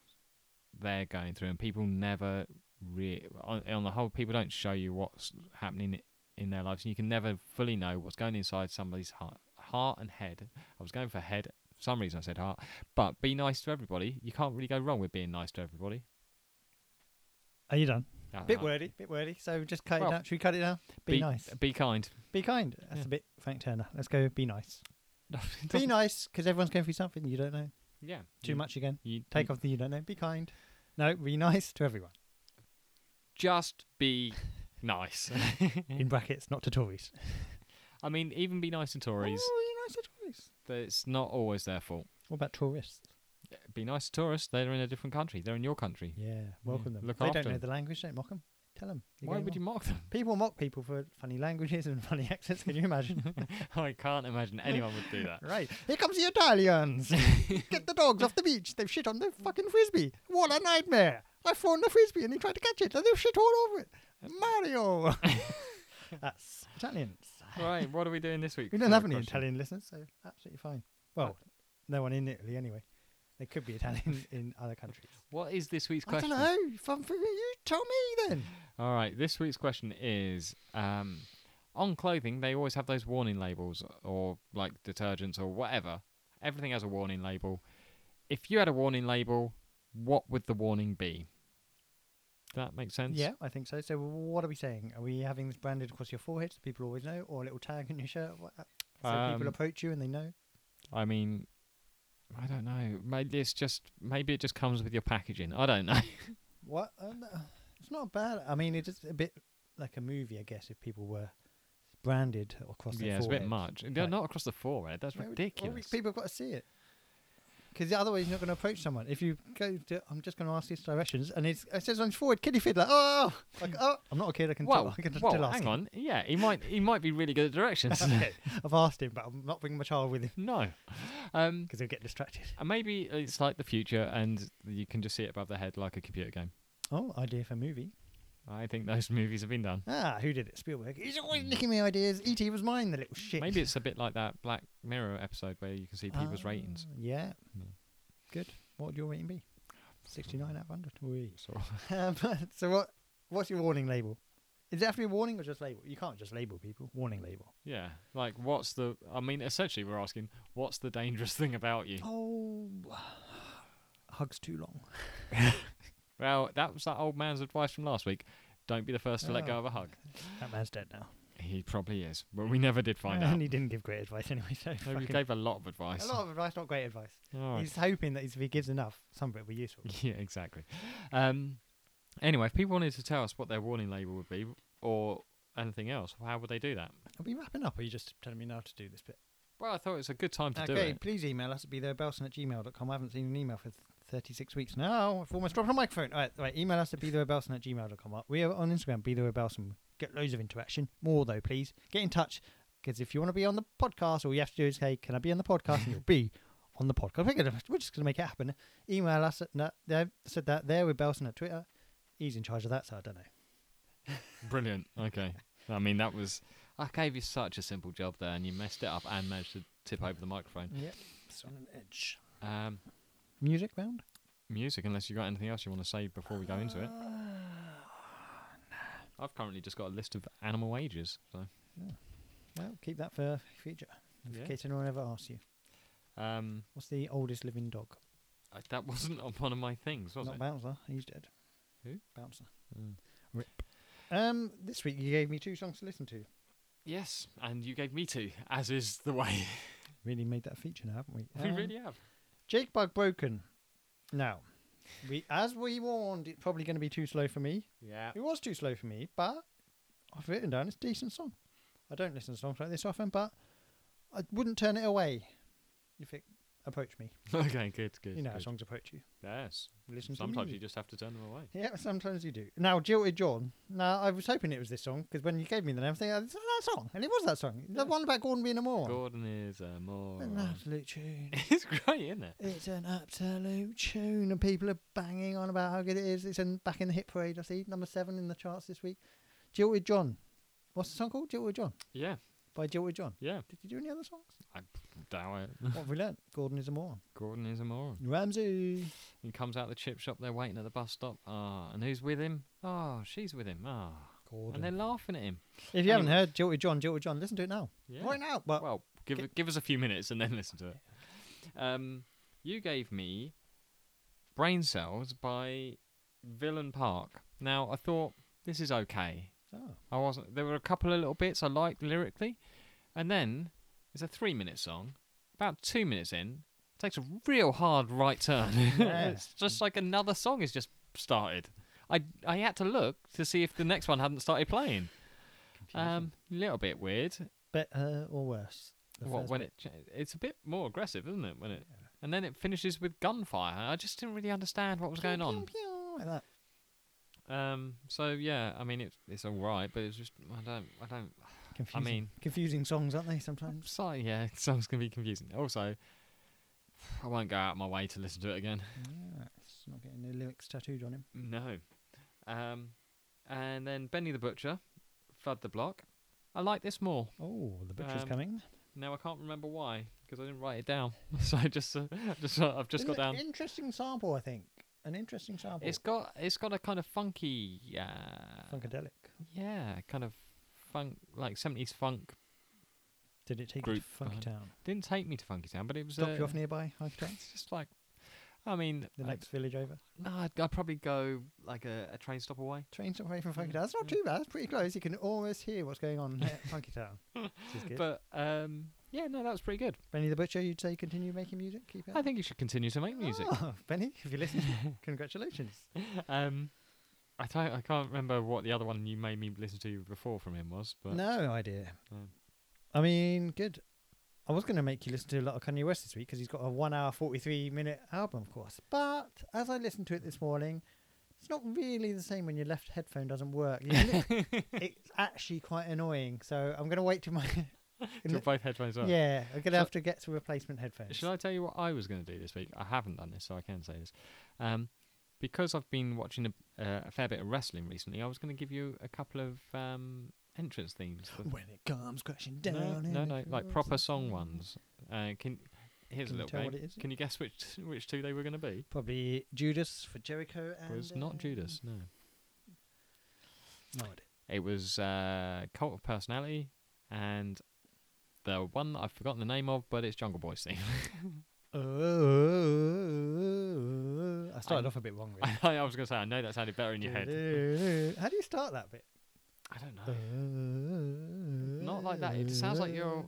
Speaker 2: they're going through, and people never re- on, on the whole, people don't show you what's happening i- in their lives, and you can never fully know what's going inside somebody's heart, heart and head. I was going for head. For some reason, I said heart, but be nice to everybody. You can't really go wrong with being nice to everybody.
Speaker 1: Are you done?
Speaker 2: Uh,
Speaker 1: Bit
Speaker 2: uh,
Speaker 1: wordy, bit wordy. So just cut
Speaker 2: Well,
Speaker 1: it down. Should we cut it down? Be, nice.
Speaker 2: Be kind.
Speaker 1: Be kind. That's
Speaker 2: yeah.
Speaker 1: a bit Frank Turner. Let's go. Be nice.
Speaker 2: It
Speaker 1: Be
Speaker 2: doesn't- Mm.
Speaker 1: nice because everyone's going through something you don't know.
Speaker 2: Yeah.
Speaker 1: Too
Speaker 2: you-
Speaker 1: much again.
Speaker 2: You
Speaker 1: Take off the you don't know. Be kind. No, be nice to everyone.
Speaker 2: just be nice. Mm.
Speaker 1: In brackets, not to Tories.
Speaker 2: I mean, even be nice to Tories.
Speaker 1: Oh, you nice to Tories.
Speaker 2: that It's not always their fault.
Speaker 1: What about tourists?
Speaker 2: Be nice to tourists. They're in a different country. They're in your country.
Speaker 1: Yeah, welcome them.
Speaker 2: look
Speaker 1: they don't
Speaker 2: after
Speaker 1: know
Speaker 2: 'em.
Speaker 1: the language. Don't mock them. Tell them.
Speaker 2: Why would you mock them?
Speaker 1: People mock people for funny languages and funny accents. Can you imagine?
Speaker 2: I can't imagine anyone would do that.
Speaker 1: right. Here comes the Italians. Get the dogs off the beach. They've shit on the fucking frisbee. What a nightmare. I've thrown the frisbee and he tried to catch it and they've shit all over it. Mario. That's Italians.
Speaker 2: right. What are we doing this week?
Speaker 1: We
Speaker 2: for
Speaker 1: don't have
Speaker 2: the
Speaker 1: any
Speaker 2: question?
Speaker 1: Italian listeners, so absolutely fine. Well, no one in Italy anyway. They could be Italian in other countries.
Speaker 2: What is this week's
Speaker 1: I don't
Speaker 2: question?
Speaker 1: know. Fun for you. Tell me then.
Speaker 2: All right. This week's question is um, on clothing. They always have those warning labels or like detergents or whatever. Everything has a warning label. If you had a warning label, what would the warning be? That makes sense.
Speaker 1: Yeah, I think so. So what are we saying? Are we having this branded across your forehead so people always know, or a little tag on your shirt what, uh, so
Speaker 2: Um,
Speaker 1: people approach you and they know?
Speaker 2: I mean, I don't know. Maybe it's just maybe it just comes with your packaging. I don't know.
Speaker 1: What? Um, uh, it's not bad. I mean, it's a bit like a movie, I guess, if people were branded across their
Speaker 2: yeah, it's a
Speaker 1: forehead.
Speaker 2: bit much. They're
Speaker 1: Like-
Speaker 2: not across the forehead. That's
Speaker 1: Why would- why would
Speaker 2: ridiculous.
Speaker 1: people have got to see it. Because otherwise, you're not going to approach someone. If you go to, I'm just going to ask these directions, and it's, it says on his forehead, kiddie fiddler. Oh, like, oh, I'm not a kid. I can
Speaker 2: Well,
Speaker 1: tell. I can
Speaker 2: well,
Speaker 1: still ask
Speaker 2: hang
Speaker 1: him.
Speaker 2: on. Yeah, he might he might be really good at directions.
Speaker 1: okay, I've asked him, but I'm not bringing my child with him
Speaker 2: no, um,
Speaker 1: because he'll get distracted.
Speaker 2: and maybe it's like the future, and you can just see it above the head like a computer game.
Speaker 1: Oh, idea for movie.
Speaker 2: I think those movies have been done.
Speaker 1: Ah, who did it? Spielberg. He's always nicking my ideas. E.T. was mine, the little shit.
Speaker 2: Maybe it's a bit like that Black Mirror episode where you can see people's
Speaker 1: Ah,
Speaker 2: ratings.
Speaker 1: Yeah.
Speaker 2: Yeah.
Speaker 1: Good. What would your rating be? 69 out of 100. Wee.
Speaker 2: So,
Speaker 1: Um, so what? what's your warning label? Is it have to be a warning or just label? You can't just label people. Warning label.
Speaker 2: yeah, like what's the? I mean, essentially, we're asking what's the dangerous thing about you?
Speaker 1: Oh, hugs too long.
Speaker 2: Well, that was that old man's advice from last week. Don't be the first to let go
Speaker 1: Oh.
Speaker 2: of a hug.
Speaker 1: That man's dead now.
Speaker 2: He probably is, but we never did find out.
Speaker 1: And he didn't give great advice anyway. So
Speaker 2: No, we
Speaker 1: fucking-
Speaker 2: gave a lot of advice.
Speaker 1: a lot of advice, not great advice.
Speaker 2: All right.
Speaker 1: He's hoping that if he gives enough, some of it will be useful.
Speaker 2: Yeah, exactly. Um, anyway, if people wanted to tell us what their warning label would be or anything else, how would they do that?
Speaker 1: Are we wrapping up? Or are you just telling me now to do this bit?
Speaker 2: Well, I thought it was a good time to do
Speaker 1: Okay,
Speaker 2: it.
Speaker 1: please email us at be there belson at gmail.com. I haven't seen an email for th- 36 weeks now. Oh, I've almost dropped my microphone. All right, right, email us at be there belson at gmail.com. We are on Instagram, be there belson. Get loads of interaction. More, though, please. Get in touch because if you want to be on the podcast, all you have to do is, hey, can I be on the podcast? And you'll be on the podcast. We're, gonna, we're just going to make it happen. Email us at no, there, said that there with Belson at Twitter. He's in charge of that, so I don't know.
Speaker 2: Brilliant. Okay. I mean, that was. I gave you such a simple job there, and you messed it up and managed to tip over the microphone.
Speaker 1: Yep, it's on an edge.
Speaker 2: Um,
Speaker 1: Music round?
Speaker 2: music, unless you got anything else you want to say before we go into
Speaker 1: Uh.
Speaker 2: it.
Speaker 1: Ah,
Speaker 2: I've currently just got a list of animal wages. So,
Speaker 1: well, keep that for future. In
Speaker 2: yeah.
Speaker 1: case anyone ever asks you,
Speaker 2: Um,
Speaker 1: what's the oldest living dog?
Speaker 2: I, that wasn't on one of my things, was
Speaker 1: Not
Speaker 2: it?
Speaker 1: Bouncer. He's dead.
Speaker 2: Who?
Speaker 1: Bouncer.
Speaker 2: Mm.
Speaker 1: Rip. Um, this week you gave me two songs to listen to.
Speaker 2: Yes, and you gave me two, as is the way.
Speaker 1: Really made that a feature now, haven't we?
Speaker 2: we
Speaker 1: Um,
Speaker 2: really have.
Speaker 1: Jake Bug Broken. Now, we as we warned, it's probably going to be too slow for me.
Speaker 2: Yeah.
Speaker 1: It was too slow for me, but I've written down it's a decent song. I don't listen to songs like this often, but I wouldn't turn it away if it approached me.
Speaker 2: okay, good, good.
Speaker 1: you know how
Speaker 2: good.
Speaker 1: songs approach you.
Speaker 2: Yes.
Speaker 1: Listen to
Speaker 2: Sometimes
Speaker 1: music.
Speaker 2: you just have to turn them away.
Speaker 1: Yeah, sometimes you do. Now, Jilted John. Now, I was hoping it was this song because when you gave me the name, I was thinking, "It's that song. And it was that song. The
Speaker 2: Yeah.
Speaker 1: one about Gordon being a moron.
Speaker 2: Gordon is a
Speaker 1: An
Speaker 2: moron.
Speaker 1: absolute tune.
Speaker 2: it's great, isn't it?
Speaker 1: it's an absolute tune. And people are banging on about how good it is. It's in, back in the hit parade, I see. Number seven in the charts this week. Jilted John. What's the song called? Jilted John.
Speaker 2: Yeah,
Speaker 1: By Jilted John.
Speaker 2: yeah.
Speaker 1: Did you do any other songs?
Speaker 2: Dow it.
Speaker 1: what have we learnt? Gordon is a moron.
Speaker 2: Gordon is a moron.
Speaker 1: Ramsey.
Speaker 2: He comes out the chip shop, they're waiting at the bus stop. Ah, and who's with him? Ah, she's with him. Ah. And they're
Speaker 1: Gordon.
Speaker 2: laughing at him.
Speaker 1: If you haven't
Speaker 2: Anyway.
Speaker 1: heard Jilted John, Jilted John, listen to it now.
Speaker 2: Yeah.
Speaker 1: Right now. But
Speaker 2: Well, give
Speaker 1: Ki-
Speaker 2: give us a few minutes and then listen to it. Um, you gave me Brain Cells by Villain Park. Now I thought this is okay.
Speaker 1: Oh,
Speaker 2: I wasn't. There were a couple of little bits I liked lyrically, and then it's a three-minute song. About two minutes in, takes a real hard right turn.
Speaker 1: Yeah.
Speaker 2: it's just like another song has just started. I I had to look to see if the next one hadn't started playing.
Speaker 1: oh,
Speaker 2: Um, little bit weird.
Speaker 1: better or worse? The
Speaker 2: Well,
Speaker 1: first
Speaker 2: when
Speaker 1: bit.
Speaker 2: it cha- it's a bit more aggressive, isn't it? When it and then it finishes with gunfire. I just didn't really understand what was going on.
Speaker 1: Like that.
Speaker 2: Um, so yeah, I mean it's it's all right, but it's just I don't I don't I
Speaker 1: Confusing.
Speaker 2: mean
Speaker 1: confusing songs, aren't they? Sometimes.
Speaker 2: sorry yeah, songs can be confusing. Also, I won't go out of my way to listen to it again.
Speaker 1: yeah, it's not getting the lyrics tattooed on him.
Speaker 2: No. Um, and then Benny the Butcher, flood the block. I like this more.
Speaker 1: Oh, the butcher's
Speaker 2: Um,
Speaker 1: coming.
Speaker 2: Now I can't remember why because I didn't write it down. so I just uh, just uh, I've just
Speaker 1: Isn't
Speaker 2: got
Speaker 1: it
Speaker 2: down.
Speaker 1: Interesting sample, I think. An interesting sample.
Speaker 2: It's got it's got a kind of funky, uh,
Speaker 1: funkadelic.
Speaker 2: yeah, kind of funk like seventies funk.
Speaker 1: Did it take you
Speaker 2: group
Speaker 1: to Funky
Speaker 2: behind-
Speaker 1: Town?
Speaker 2: Didn't take me to Funky Town, but it was.
Speaker 1: Stop
Speaker 2: uh,
Speaker 1: you off nearby, Funky Town.
Speaker 2: It's just like, I mean,
Speaker 1: The
Speaker 2: I-
Speaker 1: next village over.
Speaker 2: no, I'd, I'd probably go like a, a train stop away.
Speaker 1: Train's away from Funky
Speaker 2: Yeah,
Speaker 1: Town. That's not
Speaker 2: yeah.
Speaker 1: too bad. It's pretty close. You can almost hear what's going on at Funky Town. Which is good.
Speaker 2: But um, yeah, no, that was pretty good.
Speaker 1: Benny the Butcher, you'd say continue making music? Keep it
Speaker 2: I
Speaker 1: up?
Speaker 2: think you should continue to make music.
Speaker 1: Oh, Benny, if you listen, congratulations. Ah.
Speaker 2: um, I don't, I can't remember what the other one you made me listen to before from him was, but Mm.
Speaker 1: no idea.
Speaker 2: No.
Speaker 1: I mean, good. I was going to make you listen to a lot of Kanye West this week because he's got a one hour, 43 minute album, of course. But as I listened to it this morning, it's not really the same when your left headphone doesn't work. You li- it's actually quite annoying. So I'm going to wait till my.
Speaker 2: Till both headphones on.
Speaker 1: yeah, I'm going
Speaker 2: Shall-
Speaker 1: to have to get some replacement headphones.
Speaker 2: Should I tell you what I was going to do this week? I haven't done this, so I can say this. Um, because I've been watching a, uh, a fair bit of wrestling recently, I was going to give you a couple of um, entrance themes. for-
Speaker 1: When it comes crashing down.
Speaker 2: no,
Speaker 1: in
Speaker 2: no,
Speaker 1: the
Speaker 2: no, like
Speaker 1: fields
Speaker 2: proper
Speaker 1: of
Speaker 2: song
Speaker 1: summer.
Speaker 2: ones. Uh, can here's
Speaker 1: Can you
Speaker 2: a little
Speaker 1: tell
Speaker 2: game.
Speaker 1: what it is?
Speaker 2: Can you guess which which two they were going to be?
Speaker 1: Probably Judas for Jericho.
Speaker 2: It
Speaker 1: And,
Speaker 2: was not
Speaker 1: um,
Speaker 2: Judas. No,
Speaker 1: No idea.
Speaker 2: it was uh, Cult of Personality, and the one that I've forgotten the name of, but it's Jungle Boy's theme.
Speaker 1: Oh, I started
Speaker 2: I-
Speaker 1: off a bit wrong. Really.
Speaker 2: I, I was going to say I know that sounded better in your head.
Speaker 1: How do you start that bit?
Speaker 2: I don't
Speaker 1: Uh,
Speaker 2: know. Not like that. It sounds like you're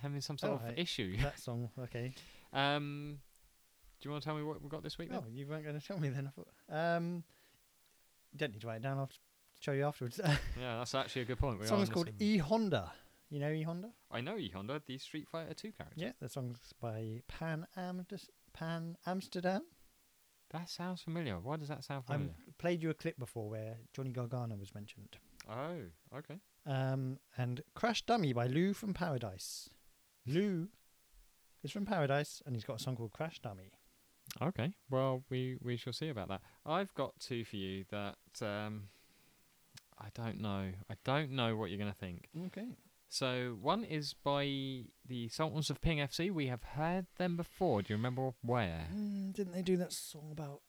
Speaker 2: having some sort of
Speaker 1: Alright.
Speaker 2: issue.
Speaker 1: That song, okay.
Speaker 2: Um, do you want to tell me what we've got this week?
Speaker 1: No, Oh, you weren't going to tell me then. I thought. Um, don't need to write it down. I'll show you afterwards.
Speaker 2: Then? Yeah, that's actually a good point.
Speaker 1: The
Speaker 2: are
Speaker 1: song's
Speaker 2: on the
Speaker 1: called
Speaker 2: same-
Speaker 1: E Honda You know E Honda?
Speaker 2: I know E Honda, the Street Fighter Two character.
Speaker 1: Yeah, the song's by Pan Am Pan Amsterdam.
Speaker 2: That sounds familiar. Why does that sound
Speaker 1: I
Speaker 2: familiar?
Speaker 1: played you a clip before where Johnny Gargano was mentioned.
Speaker 2: Oh, okay.
Speaker 1: Um, and Crash Dummy by Lou from Paradise. Lou is from Paradise and he's got a song called Crash Dummy.
Speaker 2: Okay. Well, we we shall see about that. I've got two for you that um, I don't know. I don't know what you're going to think.
Speaker 1: Okay.
Speaker 2: So one is by the Sultans of Ping FC. We have heard them before. Do you remember where?
Speaker 1: Mm, didn't they do that song about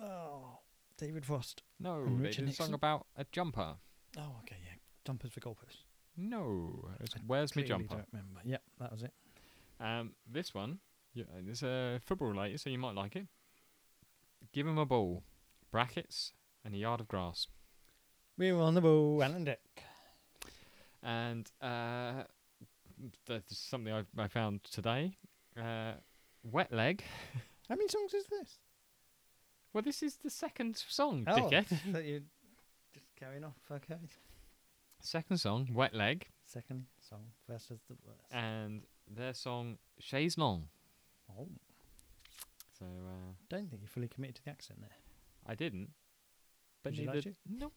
Speaker 1: oh David Frost?
Speaker 2: No,
Speaker 1: And
Speaker 2: they
Speaker 1: Richard
Speaker 2: did a song
Speaker 1: Nixon?
Speaker 2: about a jumper.
Speaker 1: Oh, okay, yeah. Jumpers for Golfers.
Speaker 2: No, it's
Speaker 1: I
Speaker 2: where's my
Speaker 1: Clearly
Speaker 2: jumper?
Speaker 1: don't remember. Yep, that was it.
Speaker 2: Um, this one, yeah, it's a football related, so you might like it. Give him a ball, brackets, and a yard of grass.
Speaker 1: We were on the ball, Alan Dick.
Speaker 2: And uh, that's something I, I found today. Uh, wet leg.
Speaker 1: How many songs is this?
Speaker 2: Well, this is the second song,
Speaker 1: Oh,
Speaker 2: dickhead.
Speaker 1: I thought you just carrying off. Okay.
Speaker 2: Second song, wet leg,
Speaker 1: Second song versus the worst.
Speaker 2: and their song Chaise Long.
Speaker 1: oh,
Speaker 2: So uh,
Speaker 1: don't think you fully committed to the accent there.
Speaker 2: I didn't.
Speaker 1: Did you like it?
Speaker 2: No,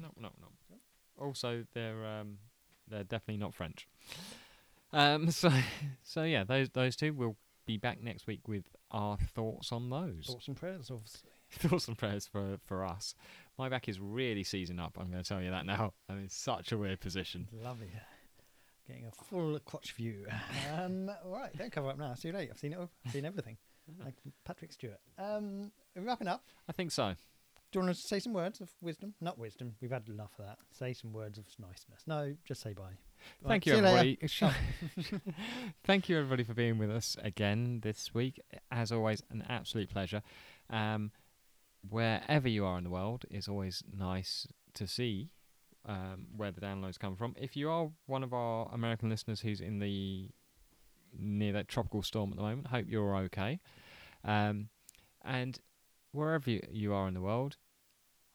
Speaker 2: no, no, no. Also, they're um, they're definitely not French. Um, so so yeah, those those two. We'll be back next week with our thoughts on those.
Speaker 1: Thoughts and prayers, obviously.
Speaker 2: Thoughts and prayers for for us. My back is really seizing up. I'm going to tell you that now. I'm in such a weird position.
Speaker 1: Lovely. Getting a full crotch view. Um, all right, don't cover up now. It's too late. I've seen it. all. I've seen everything. Like Patrick Stewart. Um, wrapping up.
Speaker 2: I think so.
Speaker 1: Do you want to say some words of wisdom? Not wisdom. We've had enough of that. Say some words of niceness. No, just say bye.
Speaker 2: Thank
Speaker 1: Right,
Speaker 2: you,
Speaker 1: see later.
Speaker 2: everybody. Thank you, everybody, for being with us again this week. As always, an absolute pleasure. Um, wherever you are in the world, it's always nice to see um, where the downloads come from. If you are one of our American listeners who's in the near that tropical storm at the moment, hope you're okay. Um, and wherever you, you are in the world,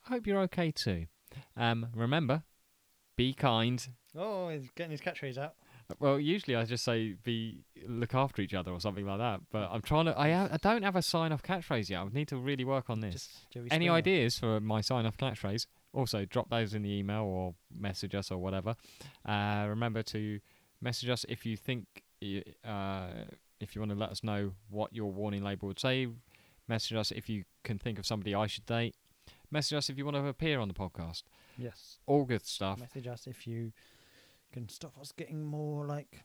Speaker 2: hope you're okay too. Um, remember, be kind.
Speaker 1: Oh, he's getting his catchphrase out.
Speaker 2: Well, usually I just say be look after each other or something like that. But I'm trying to. I ha- I don't have a sign off catchphrase yet. I would need to really work on this.
Speaker 1: Just Jerry
Speaker 2: Any
Speaker 1: Springer.
Speaker 2: ideas for my sign off catchphrase? Also, drop those in the email or message us or whatever. Uh, remember to message us if you think y- uh, if you want to let us know what your warning label would say. Message us if you can think of somebody I should date. Message us if you want to appear on the podcast.
Speaker 1: Yes.
Speaker 2: All good stuff.
Speaker 1: Message us if you can stop us getting more like,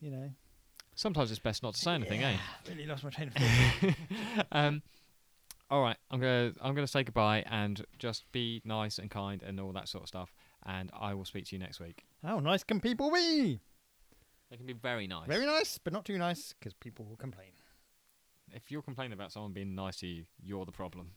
Speaker 1: you know.
Speaker 2: Sometimes it's best not to say anything, eh?
Speaker 1: Really lost my train of thought.
Speaker 2: um, all right, I'm gonna I'm gonna say goodbye and just be nice and kind and all that sort of stuff. And I will speak to you next week.
Speaker 1: How Oh, nice can people be?
Speaker 2: They can be very nice.
Speaker 1: Very nice, but not too nice, because people will complain.
Speaker 2: If you're complaining about someone being nice to you, you're the problem.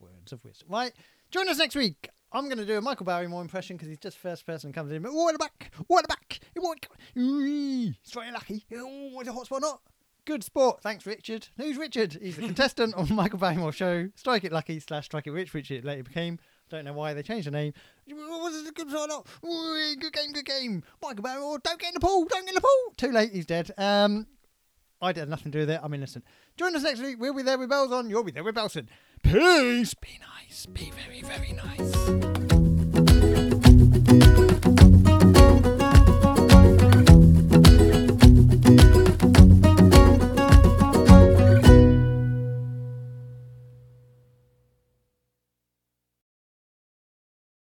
Speaker 1: Words of wisdom. Right, join us next week. I'm going to do a Michael Barrymore impression because he's just first person comes in. Oh, what a back! What a back! What a- Ooh, Straight lucky. Oh, what a hot spot not. Good sport. Thanks, Richard. Who's Richard? He's the contestant on Michael Barrymore show Strike It Lucky slash Strike It Rich, which it later became. Don't know why they changed the name. Oh, Was it a good spot or not? Ooh, good game, good game. Michael Barrymore, don't get in the pool, don't get in the pool. Too late, he's dead. Um, I did nothing to do with it. I'm innocent. Join us next week. We'll be there with bells on. You'll be there with bells on. Peace. Be nice. Be very, very nice.